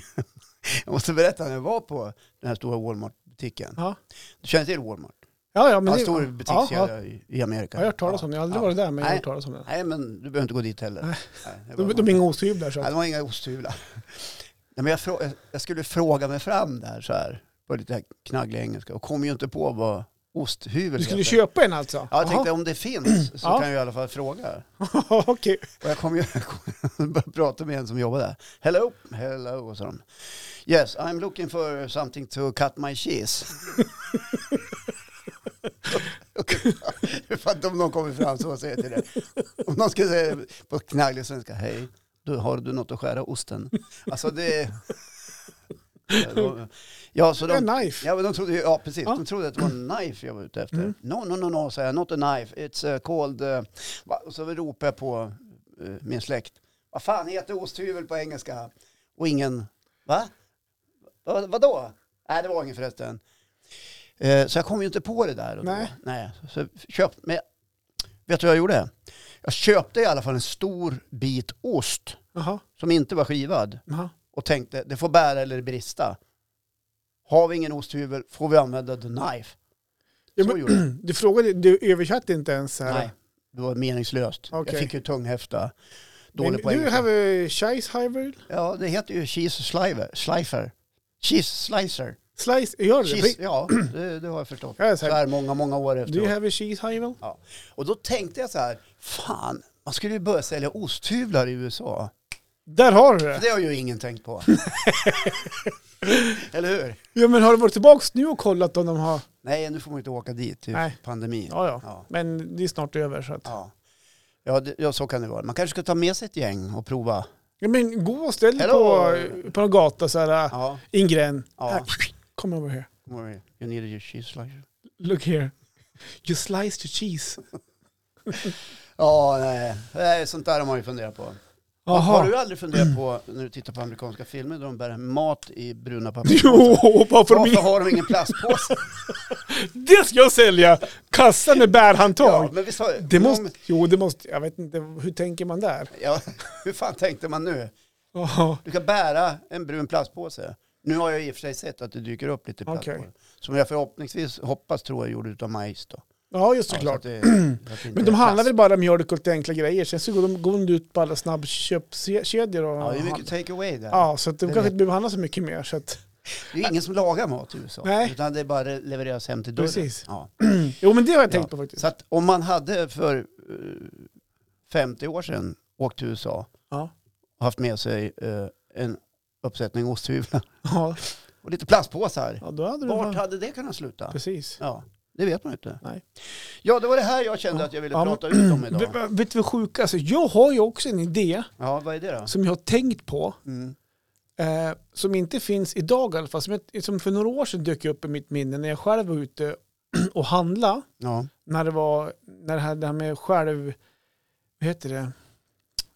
S1: jag måste berätta när jag var på den här stora Walmart-butiken.
S2: Ja.
S1: Du känner till Walmart?
S2: Ja, ja, men
S1: En
S2: det,
S1: stor
S2: ja,
S1: butikskedja
S2: ja.
S1: i- i Amerika.
S2: Jag har hört talas om det. Jag har aldrig
S1: Ja.
S2: varit där, men jag har
S1: Nej.
S2: hört talas om det.
S1: Nej, men du behöver inte gå dit heller.
S2: Nej.
S1: det var
S2: De, de är
S1: bara-
S2: inga osthyvlar så.
S1: Nej,
S2: att-
S1: det var inga osthyvlar. Nej, men jag, frå... jag- jag skulle fråga mig fram där så här, på lite knagglig engelska, och kom ju inte på vad osthyvel
S2: Du skulle
S1: heter.
S2: köpa en alltså?
S1: Ja, jag tänkte om det finns så
S2: Ja.
S1: kan jag i alla fall fråga.
S2: Jaha. Okej.
S1: Och jag kom ju och började prata med en som jobbade där. Hello, hello, och så de. Yes, I'm looking for something to cut my cheese. Jag fattar om någon kommer fram så säger jag till det. Om någon skulle säga på knagglig svenska, hej, du, har du något att skära osten? Alltså det... Ja, så
S2: Det är
S1: de,
S2: en knife.
S1: ja, men de trodde, ju- ja precis,
S2: Ja.
S1: de trodde att det var en knife jag var ute efter.
S2: Mm.
S1: No, no, no, no, sa jag, not a knife, it's uh, called... Uh, va- och så ropade jag på eh, min släkt. Vad fan heter osthyvel på engelska? Och ingen, va? va vadå? Nej, det var ingen förresten. Eh, så jag kom ju inte på det där. Och då.
S2: Nej.
S1: Nej. Så jag köp, men, vet du vad jag gjorde? Jag köpte i alla fall en stor bit ost
S2: Jaha.
S1: som inte var skivad
S2: Jaha.
S1: och tänkte det får bära eller brista. Har vi ingen osthyvel får vi använda the knife.
S2: Ja,
S1: Så
S2: men-
S1: gjorde jag.
S2: Du frågade, du översatte inte ens här.
S1: Nej, det var meningslöst.
S2: Okej.
S1: Jag fick ju tunghäfta.
S2: Men
S1: Dålig på
S2: Du
S1: engelska.
S2: have a scheissheimer
S1: Ja, det heter ju cheese sliver, slifer. Cheese slicer.
S2: slice. Gör du
S1: Cheese,
S2: det?
S1: ja, det, det har jag förstått.
S2: Ja,
S1: Så
S2: så här.
S1: här många, många år
S2: Do you
S1: efteråt.
S2: have a scheissheimer?
S1: Ja. Och då tänkte jag så här, fan, man skulle ju börja sälja osthyvlar i USA.
S2: Där har du det.
S1: Det har ju ingen tänkt på. Eller hur?
S2: Ja, men har du varit tillbaka nu och kollat om de har...
S1: Nej, nu får man ju inte åka dit, typ
S2: Nej.
S1: pandemin.
S2: Ja, ja.
S1: Ja.
S2: Men det är snart över så att...
S1: Ja. Ja, det, ja, så kan det vara. Man kanske ska ta med sig ett gäng och prova.
S2: Ja, men gå och ställ dig
S1: Hello.
S2: på, på någon gata så här. äh,
S1: Ja.
S2: In gren.
S1: Ja.
S2: Här. Come over here.
S1: Don't worry. You need your cheese slicer.
S2: Look here. You sliced the cheese.
S1: Ja, nej. nej. Sånt där har man ju funderat på. Har
S2: Jaha.
S1: du aldrig funderat på, när du tittar på amerikanska filmer, där de bär mat i bruna papper?
S2: Jo, varför de
S1: Varför
S2: inte...
S1: har de ingen plastpåse?
S2: Det ska jag sälja! Kassan är
S1: Ja,
S2: bärhandtag.
S1: men visst har,
S2: Det måste...
S1: någon-
S2: Jo, det måste... Jag vet inte, hur tänker man där?
S1: Ja, hur fan tänkte man nu?
S2: Jaha.
S1: Du kan bära en brun plastpåse. Nu har jag i och för sig sett att det dyker upp lite plastpåsar.
S2: Okej.
S1: Som jag förhoppningsvis hoppas tror jag gjorde utav majs då.
S2: Ja, just
S1: Ja, så att
S2: såklart.
S1: det- så att det inte
S2: Men
S1: är
S2: de handlar
S1: plast.
S2: väl bara mjölk och lite enkla grejer. Sen så går de, går de ut på alla snabbköpskedjor och...
S1: Ja, det är mycket take away där.
S2: Ja, så att de
S1: Det
S2: kanske
S1: vet-
S2: inte behöver handla så mycket mer. Så att,
S1: Det är ju ingen som lagar mat i USA.
S2: Nej.
S1: Utan det är bara levereras hem till dörren.
S2: Precis.
S1: Ja.
S2: jo, men det har jag tänkt på faktiskt.
S1: Så att om man hade för eh, 50 år sedan åkt till USA
S2: Ja.
S1: och haft med sig eh, en uppsättning osthyvlar
S2: Ja,
S1: och lite plastpåsar.
S2: ja då hade du...
S1: Vart hade det kunnat sluta?
S2: Precis.
S1: Ja. Det vet man inte.
S2: Nej.
S1: Ja, det var det här jag kände att jag ville
S2: Ja, men-
S1: prata ut om
S2: Vet
S1: idag.
S2: vet du vad sjuka? Alltså, jag har ju också en idé
S1: Ja, vad är det då?
S2: som jag har tänkt på.
S1: Mm.
S2: eh, som inte finns idag i alla fall, som, jag, som för några år sedan dök upp i mitt minne när jag själv var ute och handla
S1: Ja.
S2: när det var, när det här, det här med själv, vad heter det?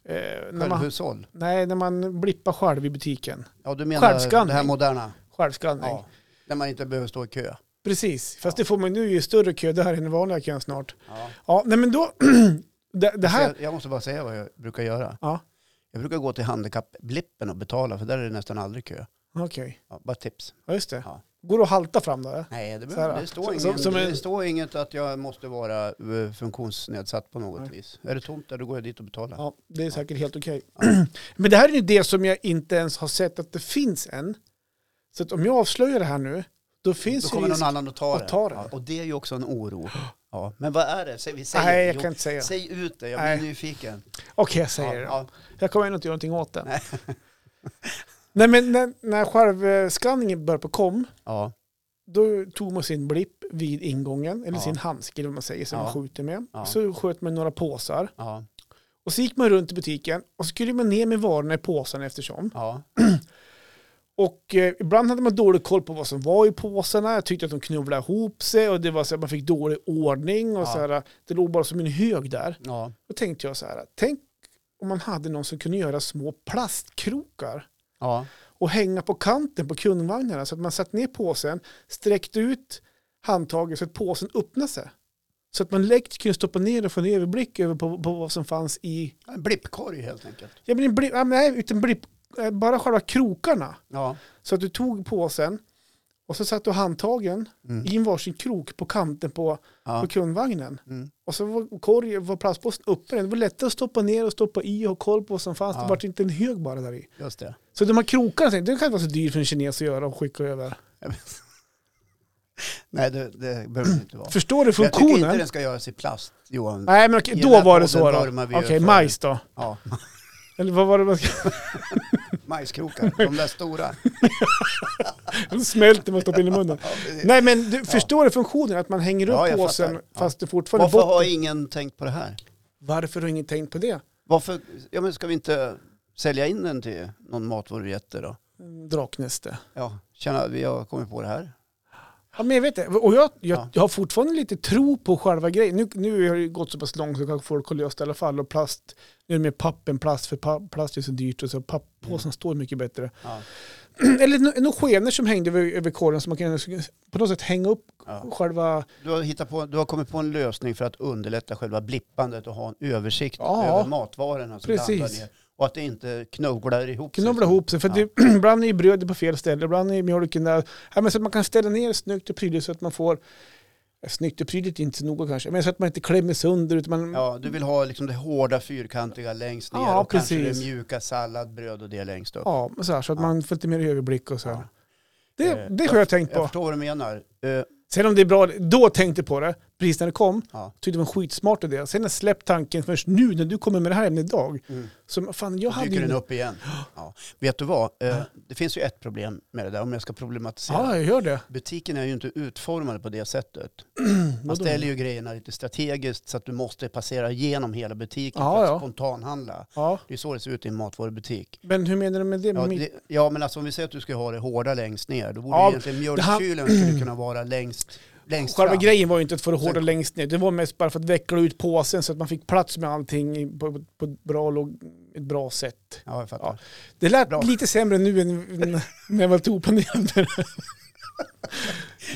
S2: Eh, när man,
S1: Självhushåll.
S2: nej, när man blippar själv i butiken.
S1: Ja, du menar det här
S2: Självskanning.
S1: moderna?
S2: Självskanning.
S1: Ja. Där man inte behöver stå i kö.
S2: Precis, fast det får man nu i större kö där än i vanliga kön snart.
S1: Ja.
S2: Ja, nej men då, det, det
S1: Så
S2: här,
S1: jag, jag måste bara säga vad jag brukar göra.
S2: ja,
S1: Jag brukar gå till handikappblippen och betala, för där är det nästan aldrig kö.
S2: okej,
S1: Ja, bara tips.
S2: ja just det.
S1: Ja.
S2: Går det att halta fram då? eller?
S1: Nej, det,
S2: Så
S1: behöver,
S2: här,
S1: det, står
S2: som-
S1: ingen,
S2: som- som en-
S1: det står inget att jag måste vara eh, funktionsnedsatt på något
S2: Nej.
S1: vis. Är det tomt där, då går jag dit och betalar.
S2: Ja, det är säkert helt okej. Men det här är ju det som jag inte ens har sett att det finns än. Så att om jag avslöjar det här nu, då
S1: Då
S2: finns ju
S1: kommer
S2: risk...
S1: någon annan och tar
S2: att
S1: det.
S2: ta det.
S1: Ja, och det är ju också en oro. Ja. Men vad är det? Säg, vi säger,
S2: Nej, jag
S1: jo,
S2: kan inte säga.
S1: säg ut det, jag blir
S2: Nej.
S1: nyfiken.
S2: Okej, jag säger det.
S1: ja,
S2: Jag kommer ändå inte göra någonting åt det.
S1: Nej.
S2: Nej, men när, när självskanningen började på kom,
S1: ja,
S2: då tog man sin blipp vid ingången, eller
S1: Ja.
S2: sin handske eller vad man säger, som
S1: Ja.
S2: man skjuter med.
S1: Ja.
S2: Så sköt man några påsar.
S1: ja,
S2: Och så gick man runt i butiken och så skulle man ner med varorna i påsarna eftersom.
S1: ja,
S2: Och eh, ibland hade man dålig koll på vad som var i påsarna. Jag tyckte att de knuvlade ihop sig och det var så att man fick dålig ordning och
S1: Ja.
S2: så här, det låg bara som en hög där.
S1: ja.
S2: Då tänkte jag så här, tänk om man hade någon som kunde göra små plastkrokar
S1: ja.
S2: och hänga på kanten på kundvagnarna så att man satt ner påsen, sträckte ut handtaget så att påsen öppnade sig. Så att man lätt kunde stoppa ner och få en överblick över på, på vad som fanns i,
S1: En blippkorg helt enkelt.
S2: ja men en blipp, ja, men nej, utan blipp, eh, bara själva krokarna.
S1: Ja,
S2: Så att du tog påsen och så satte du handtagen
S1: Mm.
S2: i en varsin krok på kanten på,
S1: ja.
S2: på kundvagnen.
S1: Mm.
S2: Och så var korgen, var plastpåsen uppe den. Det var lättare att stoppa ner och stoppa i och ha koll på vad som fanns.
S1: Ja.
S2: Det var inte en hög bara där i.
S1: just det.
S2: Så de här krokarna, tänkte jag, det kan inte vara så dyrt för en kines att göra och skicka över.
S1: Nej, det, det behöver det inte vara.
S2: Förstår du
S1: Jag tycker inte
S2: funktionen?
S1: den ska göras i plast, Johan.
S2: Nej men okej,
S1: I den
S2: då
S1: här
S2: var det
S1: podden
S2: så då.
S1: vurmar vi ju
S2: Okej,
S1: för-
S2: majs då.
S1: Ja.
S2: Eller vad var det man
S1: Majskrokar, de där stora.
S2: smälter man stoppade in i munnen?
S1: Ja, precis.
S2: Nej men du, förstår du funktionen? Att man hänger upp
S1: Ja, jag
S2: påsen
S1: fattar. Ja.
S2: fast det fortfarande
S1: Varför
S2: Varför
S1: har ingen tänkt på det här?
S2: Varför har ingen tänkt på det?
S1: Varför, ja men ska vi inte sälja in den till någon matvarujätte då?
S2: mm, Draknäste.
S1: Ja, tjena, vi har kommit på det här.
S2: Ja, men jag vet det. Och jag, jag,
S1: Ja.
S2: jag har fortfarande lite tro på själva grejen. Nu, nu har det ju gått så pass långt så kanske folk har löst det i alla fall. Och plast, nu är det mer papp än plast för pa, plast är så dyrt och så papppåsen står mycket bättre.
S1: Mm. Ja.
S2: Eller nå- några skenor som hängde över, över korgen som man kan på något sätt hänga upp
S1: Ja.
S2: själva...
S1: Du, har hittat på, du har kommit på en lösning för att underlätta själva blippandet och ha en översikt
S2: Ja.
S1: över matvarorna som
S2: Precis.
S1: landar ner. Och att det inte knöglar ihop sig.
S2: Knåbla ihop sig. För att
S1: Ja.
S2: det, ibland är ju brödet på fel ställe, ibland är mjölken där. Ja, men så att man kan ställa ner snyggt och prydligt så att man får... Snyggt och prydligt är inte så noga kanske, men så att man inte klämmer sönder utan man...
S1: Ja, du vill ha liksom det hårda fyrkantiga längst ner
S2: Ja,
S1: och kanske det
S2: precis.
S1: mjuka sallad, bröd och det längst upp.
S2: Ja, men så, här, så att
S1: Ja.
S2: man får lite mer överblick och så här.
S1: Ja.
S2: Det,
S1: Eh,
S2: det har jag tänkt
S1: Jag
S2: på.
S1: förstår vad du menar. Eh,
S2: Sen om det är bra, då tänkte jag på det, precis när det kom,
S1: Ja.
S2: tyckte det var en skitsmart idé. Sen har jag släppt tanken först nu när du kommer med det här ämnet idag.
S1: Mm.
S2: Så fan, jag
S1: Då
S2: hade
S1: dyker
S2: ju...
S1: den
S2: Ja,
S1: upp igen. Ja. Vet du vad? Eh, Det finns ju ett problem med det där om jag ska problematisera.
S2: jag gör det.
S1: Butiken är ju inte utformade på det sättet. Man
S2: Vadå?
S1: ställer ju grejerna lite strategiskt så att du måste passera igenom hela butiken
S2: Ja,
S1: för att
S2: ja.
S1: spontanhandla.
S2: Ja,
S1: Det är så det ser ut i en matvarubutik.
S2: men hur menar du med det?
S1: Ja,
S2: Med mitt-
S1: det, ja, men alltså om vi säger att du ska ha det hårda längst ner, då borde
S2: Ja,
S1: egentligen
S2: det här-
S1: mjölkkylen skulle kunna vara längst, längst
S2: Själva
S1: fram.
S2: grejen var ju inte att få det hårda längst ner. Det var mest bara för att veckla ut påsen så att man fick plats med allting i- på, på ett, bra, log- ett bra sätt.
S1: Ja, jag fattar.
S2: Det lät
S1: Bra.
S2: lite sämre nu än än när jag var ute och oplanerad.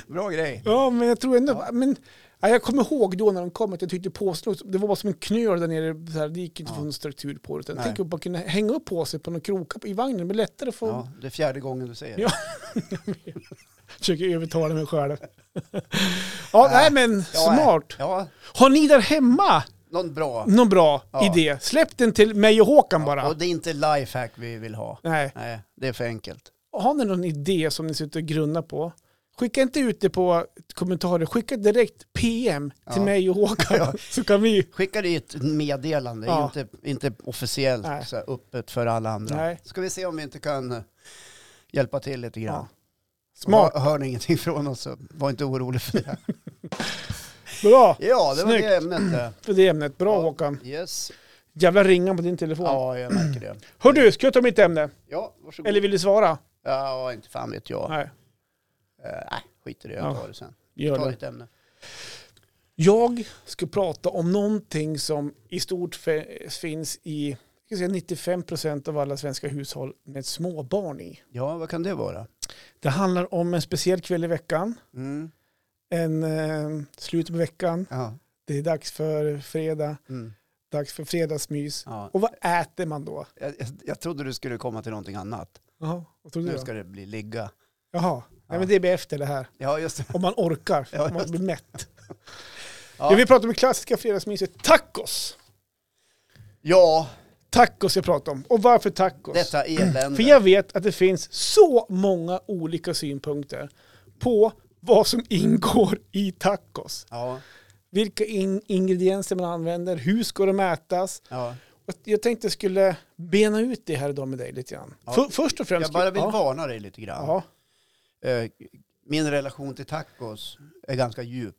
S1: Bra grej.
S2: Ja, men jag tror ändå...
S1: Ja.
S2: Men, ja, jag kommer ihåg då när de kom att jag tyckte påslå, det var bara som en knöl där nere. Så här, det gick inte
S1: Ja.
S2: att få någon struktur på det. Utan
S1: Nej.
S2: tänk om man kunde hänga upp på sig på någon kroka i vagnen. Det blir lättare att få...
S1: Ja, det är fjärde gången du säger det.
S2: Ja. Försöker övertala mig själv. ja, nej men
S1: Ja,
S2: smart.
S1: Ja,
S2: Har ni där hemma
S1: någon bra.
S2: någon bra
S1: Ja.
S2: idé? Släpp den till mig och Håkan Mm. bara.
S1: Och det är inte lifehack vi vill ha.
S2: Nej.
S1: Nej, det är för enkelt.
S2: Har ni någon idé som ni sitter och grunnar på? Skicka inte ut det på kommentarer. Skicka direkt PM till
S1: Ja.
S2: mig och Håkan.
S1: Ja.
S2: Så kan vi
S1: Skicka dit ett meddelande,
S2: Ja.
S1: inte, inte officiellt
S2: Nej.
S1: så här, öppet för alla andra.
S2: Nej.
S1: Ska vi se om vi inte kan eh, hjälpa till lite grann.
S2: Smart.
S1: Hör, hör ni ingenting från oss så var inte orolig för det.
S2: Bra
S1: Ja, det var
S2: Snyggt.
S1: det ämnet.
S2: för det ämnet. Bra
S1: Ja.
S2: Håkan.
S1: det. Yes.
S2: Jävla ringan på din telefon.
S1: Ja, jag märker det.
S2: Hör du, ska jag ta mitt ämne?
S1: Ja, varsågod.
S2: Eller vill du svara?
S1: Ja, inte fan vet jag.
S2: Nej,
S1: Eh, nej, skit i det.
S2: Ja.
S1: Jag tar det sen.
S2: gör
S1: Ta
S2: det.
S1: ditt ämne.
S2: Jag ska prata om någonting som i stort fe- finns i jag ska säga 95% av alla svenska hushåll med små barn i.
S1: Ja, vad kan det vara?
S2: Det handlar om en speciell kväll i veckan,
S1: Mm.
S2: en eh, slut på veckan,
S1: Ja.
S2: det är dags för fredag,
S1: Mm.
S2: dags för fredagsmys.
S1: Ja.
S2: Och vad äter man då?
S1: Jag, jag- jag trodde du skulle komma till någonting annat.
S2: Jaha, vad tror du
S1: Nu
S2: då?
S1: ska det bli ligga.
S2: Jaha. Nej,
S1: Ja.
S2: men det blir efter det här.
S1: Ja, just det.
S2: Om man orkar,
S1: Ja,
S2: om man
S1: just
S2: blir mätt.
S1: Ja.
S2: Jag vill prata om det klassiska fredagsmyset, tacos.
S1: Ja,
S2: Tacos jag pratar om. Och varför tacos?
S1: detta elände.
S2: För jag vet att det finns så många olika synpunkter på vad som ingår i tacos.
S1: Ja,
S2: Vilka in ingredienser man använder, hur ska de ätas?
S1: ja.
S2: Och Jag tänkte jag skulle bena ut det här idag med dig lite grann.
S1: Ja.
S2: För, först och främst...
S1: Jag bara vill
S2: ja,
S1: varna dig lite grann.
S2: ja.
S1: Eh, Min relation till tacos är ganska djup.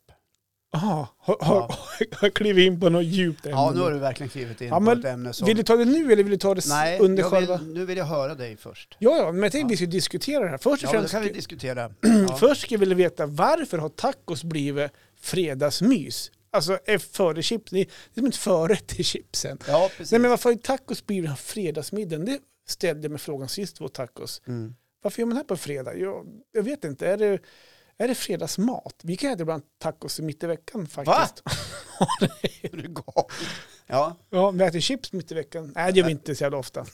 S2: Aha, har, har,
S1: Ja.
S2: har jag klivit in på något djupt ämne
S1: Ja, nu har du verkligen klivit in
S2: Mm. Ja,
S1: på
S2: men
S1: ett ämne som...
S2: Vill du ta det nu eller vill du ta det s-
S1: Nej,
S2: under
S1: jag
S2: själva...
S1: vill, nu vill jag höra dig först.
S2: Ja, ja, men jag tänkte vi skulle diskutera det här. Först och
S1: Ja, men då
S2: främst,
S1: kan vi diskutera.
S2: Ja.
S1: Ja.
S2: Först skulle jag vilja veta varför har tacos blivit fredagsmys? Alltså är före chips, det är som ett förrätt till chipsen.
S1: Ja, precis.
S2: Nej men varför har tacos blivit den här fredagsmiddagen? Det ställde jag mig frågan sist, vår tacos.
S1: Mm.
S2: Varför gör man det här på fredag? Jag, jag vet inte, är det, är det fredagsmat? Vi kan äta ibland tacos mitt i veckan faktiskt. Va?
S1: Är du galen? Ja,
S2: Ja, vi äter chips mitt i veckan. Nej, det gör vi inte så jävla ofta.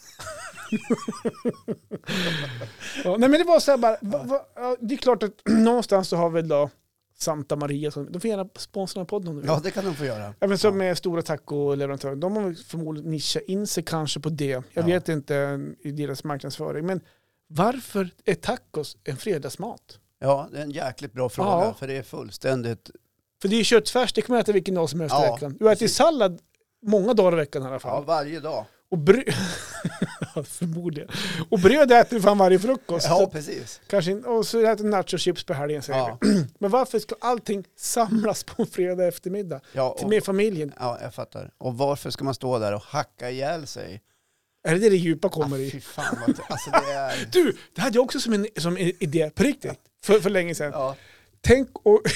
S2: ja, nej, men det var så här bara, va, va, ja, det är klart att någonstans så har väl då Santa Maria, som- de får gärna sponsra den här podden om de vill.
S1: ja, det kan de få göra.
S2: Även som är stora tacoleverantörer, de har väl förmodligen nischat in sig kanske på det. Jag
S1: Ja.
S2: vet inte um, i deras marknadsföring, men varför är tacos en fredagsmat?
S1: Ja, det är en jäkligt bra fråga,
S2: Ja.
S1: för det är fullständigt...
S2: För det är ju köttfärs, det kan man äta vilken dag som helst i
S1: Ja,
S2: veckan. Du äter ju sallad många dagar i veckan i alla fall.
S1: Ja, varje dag.
S2: Och bröd... Förmodligen. Och bröd äter du fan varje frukost.
S1: Ja,
S2: Så,
S1: precis.
S2: kanske, in- och så äter du nachochips på helgen säger
S1: Ja,
S2: vi. Men varför ska allting samlas på en fredag eftermiddag?
S1: ja,
S2: Till
S1: och,
S2: med familjen.
S1: ja, jag fattar. Och varför ska man stå där och hacka ihjäl sig?
S2: Är det det det djupa
S1: Ah,
S2: kommer i?
S1: fy fan vad... Alltså det är...
S2: Du, det hade jag också som en, som en idé på riktigt. För, för länge sedan.
S1: Ja,
S2: Tänk att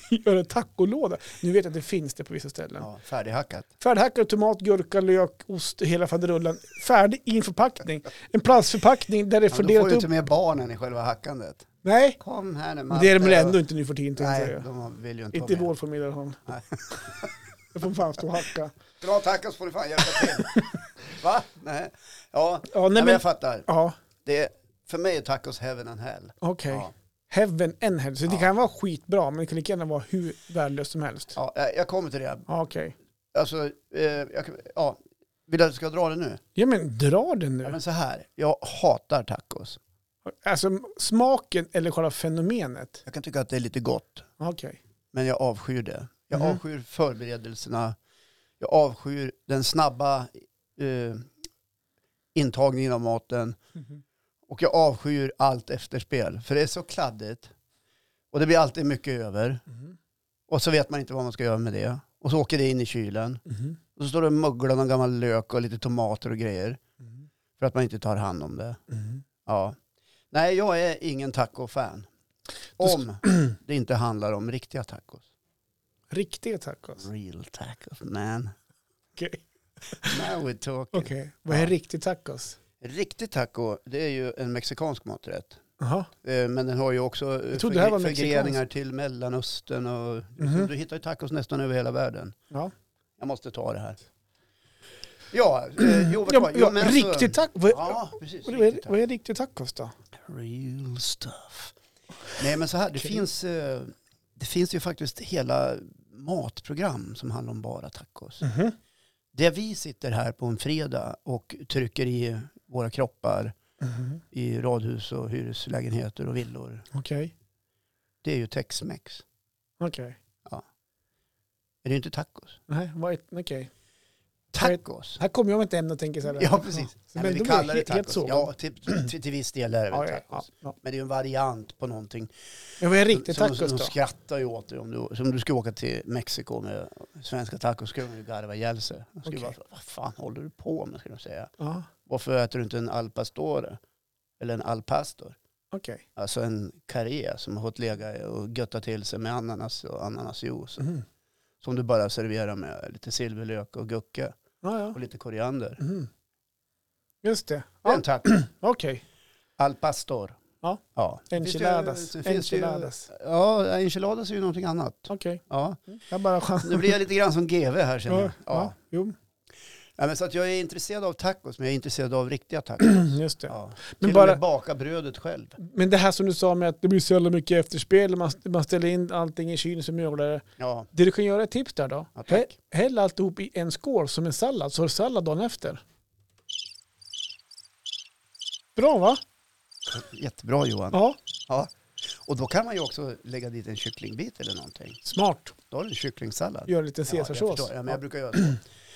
S2: göra en tacolåda. Nu vet jag att det finns det på vissa ställen.
S1: ja färdighackat.
S2: Färdighackad tomat, gurka, lök, ost, hela faderullan. Färdig i en förpackning. En plastförpackning där det
S1: Ja,
S2: är
S1: då får
S2: fördelat
S1: du
S2: upp.
S1: inte med barnen i själva hackandet.
S2: Nej,
S1: Kom här nu
S2: Men
S1: Malte.
S2: det är de väl ändå inte nu för tiden, tänkte jag
S1: eh, Nej,
S2: säga.
S1: de vill ju inte
S2: Inte i
S1: vara med.
S2: vår familj i alla fall.
S1: Nej.
S2: Jag får fan stå och hacka.
S1: Bra tacos får du fan hjälpa till. Va? Nej. Ja,
S2: Ja,
S1: nej,
S2: nej,
S1: men
S2: men,
S1: jag fattar.
S2: ja
S1: Det är, för mig är tacos heaven and hell.
S2: okej.
S1: Ja.
S2: Heaven and hell. Så det
S1: Ja.
S2: kan vara skitbra, men det kan lika gärna vara hur värdelöst som helst.
S1: Ja, jag jag kommer till det.
S2: Ja. Okej.
S1: Alltså, eh, jag, kan- ja. Vill du att jag ska dra det nu?
S2: Ja men dra den nu.
S1: Ja, men så här, jag hatar tacos.
S2: Alltså smaken eller själva fenomenet.
S1: Jag kan tycka att det är lite gott,
S2: Okej.
S1: men jag avskyr det. Jag
S2: Mhm.
S1: avskyr förberedelserna. Jag avskyr den snabba eh, intagningen av maten.
S2: Mhm.
S1: Och jag avskyr allt efterspel, för det är så kladdigt. Och det blir alltid mycket över.
S2: Mhm.
S1: Och så vet man inte vad man ska göra med det. Och så åker det in i kylen.
S2: Mhm.
S1: Och så står det och mugglar någon gammal lök och lite tomater och grejer.
S2: Mhm.
S1: För att man inte tar hand om det.
S2: Mhm.
S1: Ja. Nej, jag är ingen taco-fan.
S2: Du sk-
S1: Om det inte handlar om riktiga tacos.
S2: Riktiga tacos.
S1: Real tacos, man.
S2: Okej.
S1: Now we're talking.
S2: Okej. Vad är
S1: Ja.
S2: riktig tacos?
S1: Riktig taco, det är ju en mexikansk maträtt.
S2: Jaha.
S1: Eh, Men den har ju också eh,
S2: trodde det här var
S1: förgre- förgreningar
S2: mexikansk.
S1: till Mellanöstern och
S2: Mhm.
S1: du hittar ju tacos nästan över hela världen.
S2: Ja.
S1: Jag måste ta det här. Ja, eh, jo,
S2: Mm. ja, ja,
S1: men alltså-
S2: riktig taco. Vad,
S1: Ja, precis.
S2: vad, är,
S1: riktig taco.
S2: vad är riktig tacos då?
S1: Real stuff. Nej men så här, det,
S2: Okej.
S1: finns, eh, det finns ju faktiskt hela matprogram som handlar om bara tacos.
S2: Mhm.
S1: Där vi sitter här på en fredag och trycker i våra kroppar
S2: Mhm.
S1: i radhus och hyreslägenheter och villor.
S2: Okej.
S1: Det är ju tex-mex.
S2: Okej.
S1: Är det inte tacos?
S2: Nej, vad är- okej.
S1: Tacos.
S2: Här kommer jag med ett ämne och tänker så här.
S1: Ja, precis.
S2: Så,
S1: Nej,
S2: men
S1: men vi
S2: då blir
S1: kallar det
S2: jag he- helt
S1: tacos.
S2: sågad.
S1: Ja, till, till, till viss del är det
S2: Ja,
S1: väl
S2: ja, ja,
S1: tacos.
S2: ja.
S1: Men det är ju en variant på någonting.
S2: Men vad är en riktig
S1: som,
S2: tacos
S1: som
S2: då?
S1: de skrattar ju åt dig om du, som du ska åka till Mexiko med svenska tacos skulle de ju garva ihjäl sig. De skulle
S2: Okej.
S1: bara, vad fan håller du på med? Skulle de säga.
S2: Ja,
S1: Varför äter du inte en al pastore? Eller en al pastor?
S2: okej.
S1: Alltså en karré som har fått lägga och götta till sig med ananas och ananasjuice.
S2: Mhm.
S1: Som du bara serverar med lite silverlök och gurka
S2: Ja, ja.
S1: och lite koriander.
S2: Mhm. Just det.
S1: Det är
S2: Ja,
S1: en taco.
S2: okej.
S1: Al pastor.
S2: Ja.
S1: ja.
S2: Enchiladas.
S1: Finns det- finns det ju-
S2: Enchiladas.
S1: Ja, enchiladas är ju någonting annat.
S2: Okej.
S1: Ja.
S2: Jag bara chansar.
S1: Nu blir jag lite grann som GV här känner jag.
S2: Ja,
S1: Ja.
S2: ja. Jo,
S1: Ja, men så att jag är intresserad av tacos, men jag är intresserad av riktiga tacos.
S2: just det.
S1: Ja.
S2: Men
S1: Till
S2: bara-
S1: och med baka brödet själv.
S2: Men det här som du sa med att det blir så jävla mycket efterspel, man, man ställer in allting i kylen som gör det.
S1: Ja,
S2: Det du kan göra är ett tips där då.
S1: Ja, tack.
S2: Hä- Häll alltihop i en skål som en sallad, så har du sallad dagen efter. Bra va?
S1: jättebra Johan.
S2: Ja,
S1: Ja. Och då kan man ju också lägga dit en kycklingbit eller någonting.
S2: smart.
S1: Då har du en kycklingsallad.
S2: Gör lite
S1: Ja, jag
S2: caesarsås.
S1: förstår. Ja, men jag brukar göra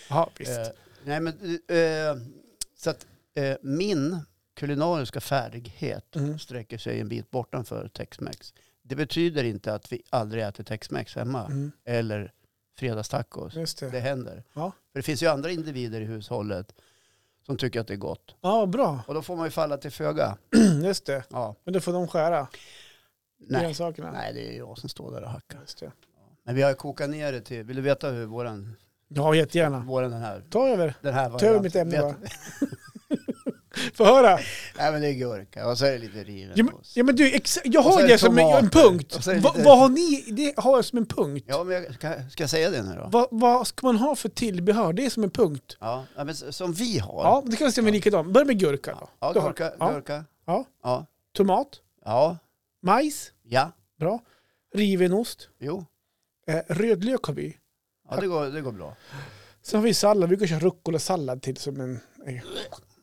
S2: Ja,
S1: så.
S2: visst.
S1: Eh, nej, men, eh, så att eh, min kulinariska färdighet
S2: Mm.
S1: sträcker sig en bit bortanför Tex-Mex. Det betyder inte att vi aldrig äter Tex-Mex hemma
S2: Mm,
S1: eller fredagstacos.
S2: just det.
S1: Det händer.
S2: Ja.
S1: För det finns ju andra individer i hushållet som tycker att det är gott.
S2: Ja, bra.
S1: Och då får man ju falla till föga.
S2: Just det.
S1: Ja.
S2: Men då får de skära
S1: Nej.
S2: grönsakerna.
S1: Nej, det är jag som står där och hackar.
S2: Just det.
S1: Men vi har ju kokat ner det till, vill du veta hur våran,
S2: Ja, jättegärna.
S1: våran den här,
S2: Ta över.
S1: den här
S2: Ta över
S1: varianten-
S2: mitt ämne
S1: vet-
S2: bara. Få höra.
S1: Nej men det är gurka och så är det lite riven
S2: Ja men,
S1: ost.
S2: ja, men du, exa- jag
S1: Och så
S2: har
S1: är
S2: det
S1: det
S2: som en,
S1: tomater.
S2: en punkt.
S1: Och så är det
S2: Va,
S1: lite-
S2: vad har ni? Det har jag som en punkt.
S1: Ja men jag, ska, ska jag säga det nu då?
S2: Va, vad ska man ha för tillbehör? Det är som en punkt.
S1: Ja, ja, men s- som vi har.
S2: Ja, det kan vi se om vi är likadan. Börja med gurka då.
S1: ja
S2: Du har-
S1: gurka,
S2: ja.
S1: gurka.
S2: Ja.
S1: Ja.
S2: Tomat,
S1: Ja.
S2: majs,
S1: Ja.
S2: bra. Riven ost,
S1: Jo.
S2: eh, rödlök har vi.
S1: Ja det går, det går bra.
S2: Sen har vi sallad. Vi kan köra rucola-sallad till som en... eh,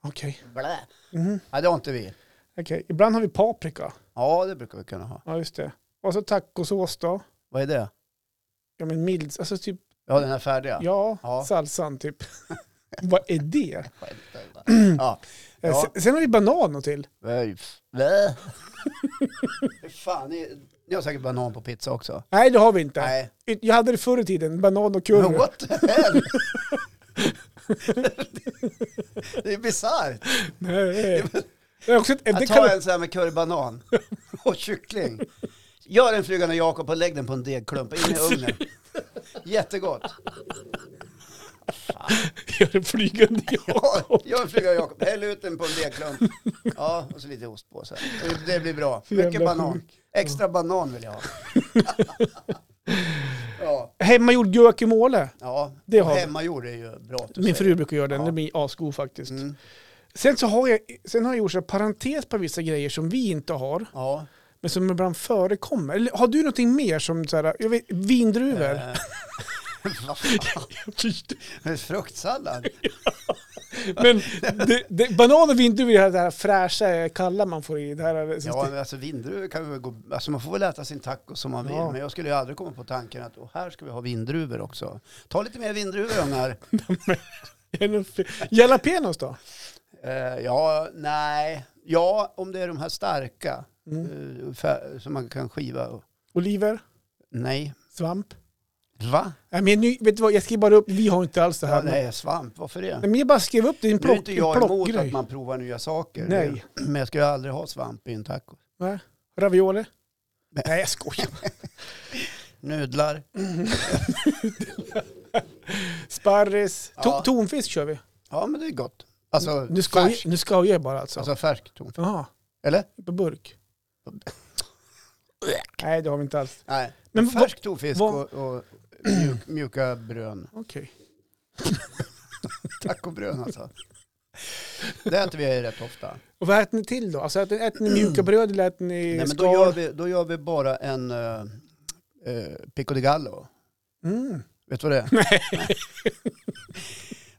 S2: Okej.
S3: Blä.
S2: Mhm,
S1: Nej det har inte vi.
S2: okej. Ibland har vi paprika.
S1: Ja det brukar vi kunna ha.
S2: Ja, just det. Och så tacosås då.
S1: Vad är det?
S2: Ja, men mild. Alltså typ,
S1: Ja den här färdiga.
S2: ja,
S1: Ja.
S2: salsan typ. vad är det?
S1: Ja.
S2: Eh,
S1: Ja.
S2: Sen, sen har vi banan och till.
S1: Nej, f- nej. Fan, ni, ni har säkert banan på pizza också.
S2: Nej, det har vi inte.
S1: Nej,
S2: Jag hade det förr i tiden, banan och
S1: men
S2: kurv.
S1: what the hell? det är bisarrt.
S2: Nej. Det är också ett, det
S1: Jag tar
S2: kan,
S1: en sån här med currybanan och kyckling. Gör en flygande Jakob och lägg den på en degklump in i ugnen. Jättegott.
S2: gör en flygande
S1: Ja,
S2: Jakob.
S1: Gör en flygande Jakob, häll ut den på en degklump. Ja, och så lite ost på så här. Och Det blir bra.
S2: Så jävla
S1: Mycket banan.
S2: sjuk.
S1: Extra banan vill jag ha. Ja.
S2: Hemmagjord guacamole.
S1: Ja,
S2: Det
S1: det
S2: har vi.
S1: hemmagjord är ju bra. att du
S2: Min
S1: säger.
S2: fru brukar göra den,
S1: Ja.
S2: den blir asgod faktiskt.
S1: Mm.
S2: Sen, så har jag, sen har jag gjort så här parentes på vissa grejer som vi inte har,
S1: Ja.
S2: men som ibland förekommer. Eller, har du någonting mer som så här, jag vet, vindruvor?
S1: Eh, vad fan, en fruktsallad?
S2: men det, det, banan och vindruvor är det här fräscha, kalla man får i. Det här, som
S1: Ja, men alltså vindruvor kan vi väl gå... Alltså man får väl äta sin taco som man vill.
S2: Ja.
S1: Men jag skulle ju aldrig komma på tanken att "Åh, här ska vi ha vindruvor också. Ta lite mer vindruvor ungar.
S2: Jalapenos då?
S1: Eh, ja, nej. Ja, om det är de här starka. eh, fä- som man kan skiva. och-
S2: Mm. Oliver?
S1: Nej.
S2: Svamp?
S1: Va?
S2: Nej, men nu, vet du vad, jag skriver bara upp, vi har inte alls det här.
S1: Ja,
S2: men-
S1: nej, svamp. Varför det?
S2: Nej, men jag bara skrev upp det i en
S1: Nu är
S2: plock,
S1: inte jag
S2: en
S1: emot
S2: plockgrej.
S1: att man provar nya saker.
S2: Nej.
S1: Men jag ska ju aldrig ha svamp i en taco.
S2: Nej. Ravioli?
S1: Nej.
S2: Nej, jag skojar.
S1: Nudlar.
S2: Sparris. To-
S1: Ja.
S2: Tonfisk kör vi.
S1: Ja, men det är gott. Alltså,
S2: Nu ska, jag,
S1: färsk.
S2: nu ska jag bara alltså.
S1: Alltså färsk tonfisk.
S2: Jaha,
S1: Eller?
S2: på burk. Nej, det har vi inte alls.
S1: Nej.
S2: Men
S1: Men färsk tonfisk
S2: vad-
S1: och, och mjuk, mjuka brön.
S2: Okej.
S1: Tacobrön alltså. Det äter vi rätt ofta.
S2: Och vad äter ni till då? Alltså, äter, äter ni mjuka bröd eller äter ni
S1: Mm. Nej, men då,
S2: skal?
S1: gör vi, då gör vi bara en uh, Pico de Gallo.
S2: mm.
S1: Vet du vad det är? Nej.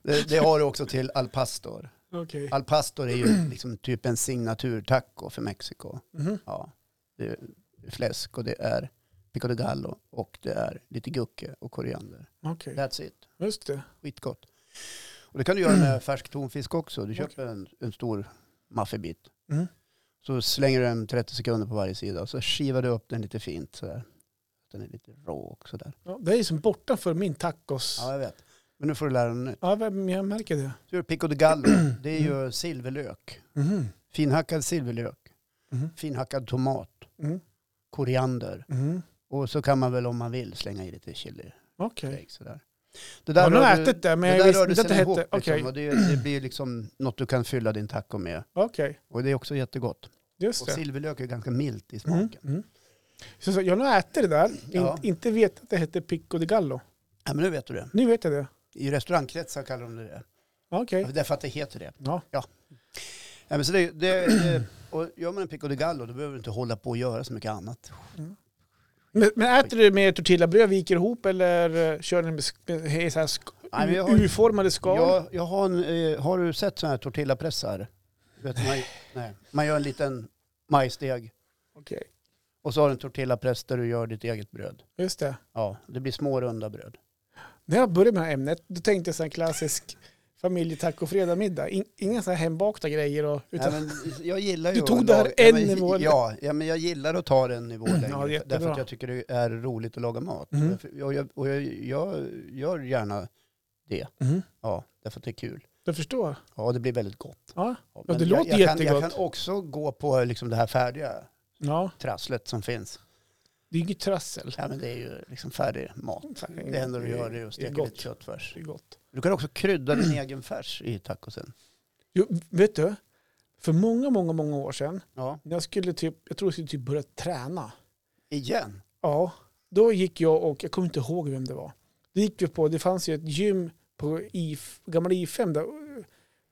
S1: Det, det har du också till al pastor.
S2: Okej.
S1: Al pastor är ju liksom typ en signaturtaco för Mexiko.
S2: Mhm.
S1: Ja. Det är fläsk och det är pico de gallo och det är lite gucke och koriander.
S2: Okej,
S1: That's it.
S2: just det.
S1: Skitgott. Och det kan du göra
S2: Mm.
S1: med färsk tonfisk också. Du köper en, en stor maffebit.
S2: Mm.
S1: Så slänger du den 30 sekunder på varje sida och så skivar du upp den lite fint sådär. Den är lite rå också där.
S2: Ja, det är ju som bortanför min tacos.
S1: Ja, jag vet. Men nu får du lära dig nytt.
S2: Ja, men jag märker det.
S1: Så gör du pico de gallo. Det är
S2: Mm.
S1: ju silverlök.
S2: Mhm.
S1: Finhackad silverlök.
S2: Mhm.
S1: Finhackad tomat.
S2: Mm.
S1: Koriander.
S2: Mm.
S1: Och så kan man väl om man vill slänga i lite chili
S2: Okej.
S1: flakes sådär. Det
S2: Jag har nog
S1: rör du-
S2: ätit det, men
S1: det
S2: jag
S1: där rör
S2: visste
S1: du
S2: inte att det
S1: sen ihop
S2: hette... Okej,
S1: liksom, och det, det blir liksom något du kan fylla din taco med.
S2: okej.
S1: Och det är också jättegott.
S2: Just
S1: Och
S2: det.
S1: silverlök är ganska milt i
S2: Mm.
S1: smaken.
S2: Mm. Så, så, jag har nog ätit det där, In,
S1: Ja.
S2: inte vet att det hette Pico de Gallo.
S1: Ja, men nu vet du det.
S2: Nu vet jag det.
S1: I restaurangkretsar kallar de det det.
S2: Okej.
S1: Ja, Därför att det heter det.
S2: Ja.
S1: Ja, men så det, det, det och gör man en pico de gallo då behöver du inte hålla på och göra så mycket annat.
S2: Men, men äter du med tortillabröd, viker ihop eller eh, kör ni med, sk- med, med så här sk-
S1: Nej, men jag har-
S2: U-formade skal?
S1: Jag, jag har, en, eh, har du sett sådana här tortillapressar? Du Vet, man, nej. man gör en liten majsdeg
S2: Okej,
S1: och så har du en tortillapress där du gör ditt eget bröd.
S2: just det.
S1: Ja, det blir små runda bröd.
S2: När jag började med det här ämnet, då tänkte jag så här klassisk familjetacofredag-middag. In, inga så här hembakta grejer. Och, utan,
S1: Nej, men jag gillar ju
S2: Du tog
S1: att
S2: det här
S1: laga-
S2: en
S1: Ja, men-
S2: nivå.
S1: Ja, ja, men jag gillar att ta det en nivå längre.
S2: Ja, jättebra.
S1: därför att jag tycker det är roligt att laga mat.
S2: Mm.
S1: Därför- Och, jag, och jag, jag gör gärna det.
S2: Mhm.
S1: Ja, därför att det är kul.
S2: Jag förstår.
S1: Ja, det blir väldigt gott.
S2: Ja,
S1: Ja,
S2: det
S1: men
S2: låter
S1: jag, jag kan, jag
S2: jättegott.
S1: kan också gå på liksom det här färdiga
S2: ja.
S1: trasslet som finns.
S2: Det är inget trassel.
S1: Ja, men det är ju liksom färdig mat. Det enda du gör är att steka
S2: gott.
S1: lite köttfärs.
S2: Det är gott.
S1: Du kan också krydda din egen färs i tacosen.
S2: Jo, vet du? För många, många, många år sedan,
S1: Ja,
S2: när jag skulle typ, jag tror jag skulle typ börja träna.
S1: igen.
S2: Ja, då gick jag och, jag kommer inte ihåg vem det var. Då gick vi på, det fanns ju ett gym på I, gamla I5 där,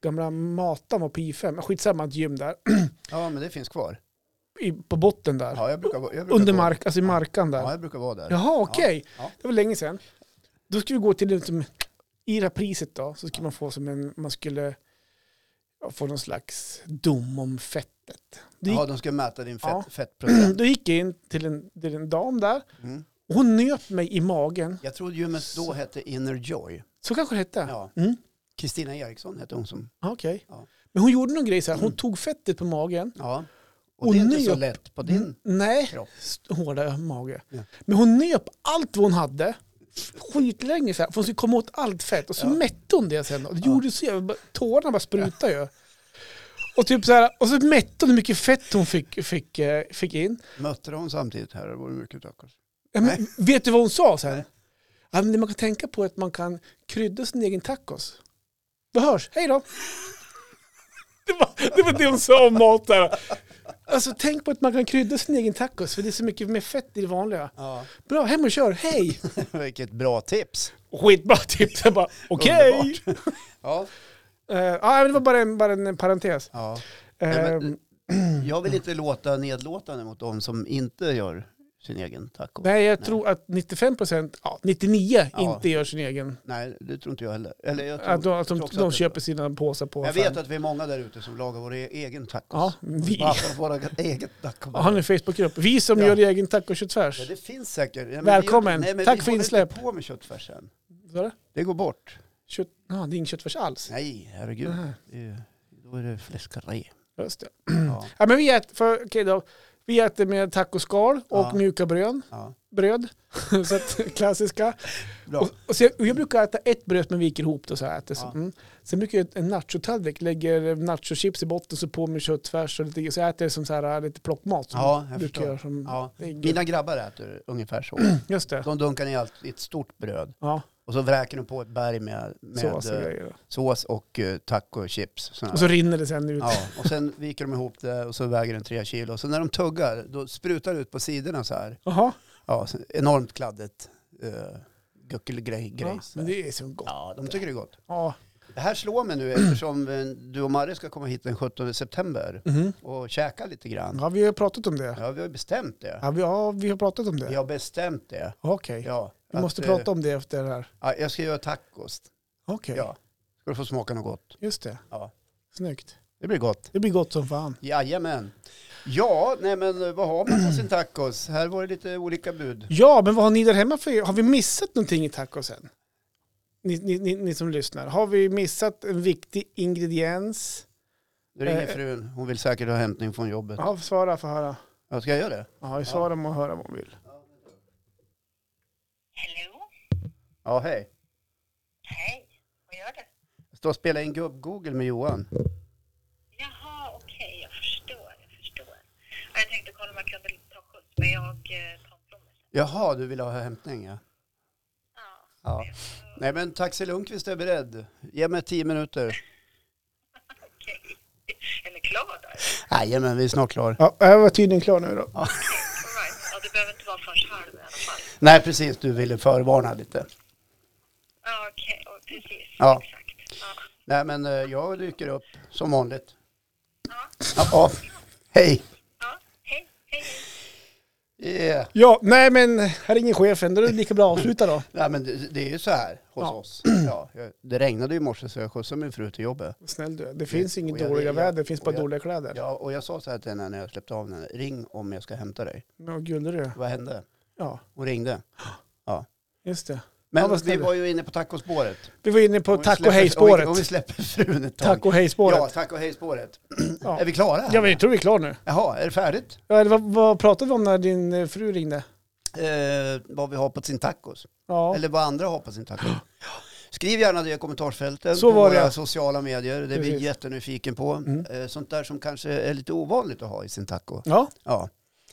S2: gamla Matan var på I5, skitsamma ett gym där,
S1: Ja, men det finns kvar.
S2: i, på botten där.
S1: Ja, jag brukar, gå- jag brukar
S2: Under
S1: gå-
S2: mark, alltså i
S1: Ja.
S2: markan där.
S1: Ja, jag brukar vara där.
S2: Jaha, okej.
S1: ja.
S2: Det var länge sedan. Då skulle vi gå till, liksom, i det här priset då, så skulle man få som en, man skulle ja, få någon slags dom om fettet. Då gick,
S1: Ja, de ska mäta din fett,
S2: Ja.
S1: fettprocent.
S2: då gick jag in till en, till en dam där,
S1: Mm.
S2: och hon nöp mig i magen.
S1: Jag tror gymmet då hette Inner Joy.
S2: Så kanske det hette.
S1: Ja.
S2: Mm.
S1: Kristina Eriksson hette hon som...
S2: Ah, Okej.
S1: Ja. Mm.
S2: Men hon gjorde någon grej så här, hon tog fettet på magen.
S1: Ja. Och,
S2: Och Mm.
S1: det är inte
S2: nöp.
S1: så lätt på din...
S2: N- Nej,
S1: kropp.
S2: st- hårda mage.
S1: Ja.
S2: Men hon nöp allt vad hon hade. Skitlänge så här, för hon skulle komma åt allt fett. Och så mätte hon det sen. Och det gjorde så jävla, tårarna bara sprutade ju. Och, typ så här, och så mätte hon hur mycket fett hon fick, fick, eh, fick in.
S1: Mötte hon samtidigt här? Det vore mycket tacos.
S2: Ja, men, vet du vad hon sa sen? Ja, men det man kan tänka på är att man kan krydda sin egen tacos. Vi hörs, hej då! Det var, det var det hon sa om mat där. Alltså tänk på att man kan krydda sin egen tacos för det är så mycket mer fett i det vanliga.
S1: Ja.
S2: Bra, hem och kör, hej!
S1: Vilket bra tips.
S2: Skitbra tips, jag bara okej! Okay.
S1: Underbart. Ja.
S2: Eh, ja, men det var bara en, bara en parentes.
S1: ja.
S2: Eh,
S1: Nej, men, eh, jag vill inte låta nedlåtande mot de som inte gör sin egen taco.
S2: nej, jag tror att 95%, ja 99%
S1: Ja.
S2: inte gör sin egen.
S1: Nej, det tror inte jag heller. Eller jag tror,
S2: Att de, att de,
S1: tror också
S2: de
S1: att det-
S2: köper sina påsar på
S1: Jag vet
S2: affären.
S1: att vi är många där ute som lagar vår e- egen tacos.
S2: Ja, vi.
S1: Bara våra eget taco.
S2: Ja, Han är en Facebookgrupp. Vi som
S1: Ja.
S2: gör egen tacoköttfärs.
S1: Ja, det finns säkert. Ja, men
S2: Välkommen.
S1: vi- nej, men
S2: Tack
S1: vi
S2: för
S1: håller
S2: insläpp.
S1: inte på med köttfärsen.
S2: Vad är det?
S1: Det går bort.
S2: Kött... Ah, det är ingen köttfärs alls.
S1: Nej, herregud.
S2: Nej.
S1: Det är- Då är det fläskkarré.
S2: Just det.
S1: Ja,
S2: Ja, men vi, äter, för, okej då. vi äter med tacoskal och
S1: Ja.
S2: mjuka brön,
S1: ja.
S2: bröd. så att, klassiska.
S1: Bra.
S2: Och, och så jag, och jag brukar äta ett bröd som viker ihop det och så här. Äter, så.
S1: Ja.
S2: Mm. Sen brukar jag en nachotallrik, lägger nachochips i botten så på med köttfärs och lite, så jag äter det som så här, äh, lite plockmat. Som
S1: Ja, jag
S2: brukar
S1: förstår.
S2: göra som,
S1: Ja.
S2: det är gött.
S1: Mina grabbar äter ungefär så.
S2: Just det.
S1: De dunkar ner allt i ett stort bröd
S2: Ja,
S1: och så vräker de på ett berg med, med
S2: sås och
S1: eh,
S2: grejer.
S1: sås och eh, tacochips. såna
S2: Och så
S1: där.
S2: rinner det sen ut.
S1: Ja, och sen viker de ihop det och så väger den tre kilo. Och så när de tuggar, då sprutar det ut på sidorna så här.
S2: Jaha,
S1: Ja, så enormt kladdigt uh, guckelgrej.
S2: ja,
S1: Ja,
S2: men det är så gott.
S1: ja, de tycker det är gott.
S2: Ja.
S1: Det här slår mig nu eftersom eh, du och Marre ska komma hit den 17 september
S2: Mhm.
S1: och käka lite grann.
S2: Ja, vi har pratat om det.
S1: Ja, vi har bestämt det.
S2: Ja, vi har, vi har pratat om det.
S1: Vi har bestämt det.
S2: Okej,
S1: Ja, eh,
S2: vi måste prata om det efter det här.
S1: Ja, jag ska göra tacos.
S2: Okej,
S1: Ja. Ska du få smaka något gott.
S2: just det.
S1: Ja.
S2: Snyggt.
S1: Det blir gott.
S2: Det blir gott som fan.
S1: Jajamän. Ja, nej men eh, vad har man på sin tacos? Här var det lite olika bud.
S2: Ja, men vad har ni där hemma för Har vi missat någonting i tacosen? ni, ni, ni, ni som lyssnar. Har vi missat en viktig ingrediens?
S1: Nu ringer
S2: Eh.
S1: frun. Hon vill säkert ha hämtning från jobbet.
S2: Ja, svara för att höra.
S1: Ja, ska jag göra det?
S2: Ja, svara om och höra vad man vill.
S4: Hello?
S1: Ja, hej.
S4: Hej, vad gör du?
S1: Jag står och spelar in gubb-Google med Johan.
S4: Jaha, okej, jag förstår, jag förstår. Ja, Jag tänkte kolla om jag kunde ta skjuts, men jag eh, tar en promenad.
S1: Jaha, du vill ha hämtning ja.
S4: Ja,
S1: ja. Nej men Taxi Lundqvist är beredd. Ge mig tio minuter.
S4: okej. Är ni klara där?
S1: Nej men vi är snart klar.
S2: Ja, jag var tydligen klar nu då.
S4: All right. Ja, det behöver inte vara förrän halv i alla fall.
S1: Nej precis, du ville förvarna lite.
S4: Ja, okej, och precis.
S1: Ja.
S4: Exakt. Ja.
S1: Nej men eh, jag dyker upp som vanligt.
S4: Ja.
S1: Ja, ja. Hej.
S4: ja, hej, hej, hej.
S1: Yeah.
S2: Ja, nej men här ringer chefen. Då är det lika bra att avsluta då.
S1: Nej men det, det är ju så här hos
S2: Ja.
S1: oss. Ja, jag, det regnade ju i morse så jag skjutsade min fru till jobbet.
S2: Snäll du, det finns inget
S1: Och jag-
S2: dåliga
S1: jag-
S2: väder, det finns bara
S1: och jag-
S2: dåliga kläder. Ja.
S1: Ja, och jag sa så här till henne när jag släppte av henne. Ring om jag ska hämta dig.
S2: Men gullig du är.
S1: Vad hände?
S2: Ja,
S1: Hon ringde.
S2: just det. Ja,
S1: Men vi
S2: vad snäll.
S1: var ju inne på tacospåret.
S2: Vi var inne på
S1: Om vi
S2: tack och
S1: släpper-
S2: hej-spåret.
S1: Om vi släpper frun ett tag.
S2: Tack och hej-spåret.
S1: Ja, tack och hej-spåret.
S2: Ja.
S1: Är vi klara?
S2: Ja, men jag tror vi är klara nu.
S1: Jaha, är det färdigt?
S2: Ja, eller vad, vad pratade vi om när din eh, fru ringde?
S1: Eh, vad vi har på sin tacos.
S2: Ja,
S1: Eller vad andra har på sin tacos. Skriv gärna det i kommentarsfältet
S2: Så
S1: på
S2: var
S1: våra
S2: det.
S1: sociala medier. Det är vi
S2: Precis. Mm.
S1: jättenyfiken på. Eh, sånt där som kanske är lite ovanligt att ha i sin taco.
S2: ja.
S1: Ja,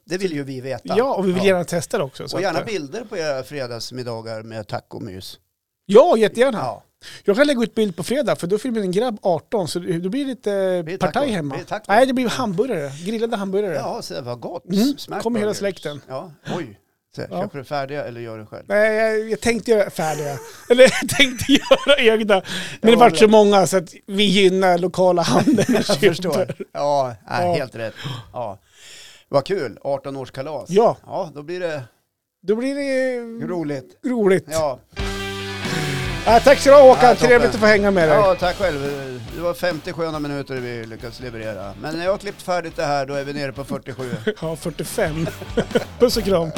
S1: det vill ju vi veta.
S2: ja och vi vill
S1: Ja.
S2: gärna testa det också. så
S1: Och
S2: att,
S1: gärna
S2: eh,
S1: bilder på era fredagsmiddagar med tacomys.
S2: Ja, jättegärna.
S1: Ja,
S2: Jag kan lägga ut bild på fredag, för då fyller min grabb 18, så då blir det lite
S1: blir
S2: partaj
S1: tacos.
S2: hemma.
S1: Det blir tacos.
S2: Nej, det blir hamburgare. Grillade hamburgare.
S1: ja så vad gott.
S2: Mm.
S1: Smack
S2: Kommer hela
S1: burgers.
S2: släkten.
S1: Ja, oj. Så,
S2: Ja.
S1: Köper du färdiga eller gör du själv?
S2: Nej, jag, jag tänkte göra färdiga. Eller jag tänkte göra egna. Men det vart så många så att vi gynnar lokala handeln.
S1: Jag förstår. Ja, nej,
S2: Ja.
S1: helt rätt. Ja. Vad kul, 18-årskalas.
S2: Ja. Mm.
S1: ja, då blir det
S2: Då blir det eh,
S1: roligt.
S2: roligt.
S1: Ja.
S2: Ja, tack så du ha
S1: Ja,
S2: Håkan,
S1: toppen.
S2: trevligt att få hänga med dig.
S1: ja, tack själv. Det var 50 sköna minuter vi lyckades leverera. Men när jag har klippt färdigt det här då är vi nere på 47.
S2: Ja, 45. Puss och kram.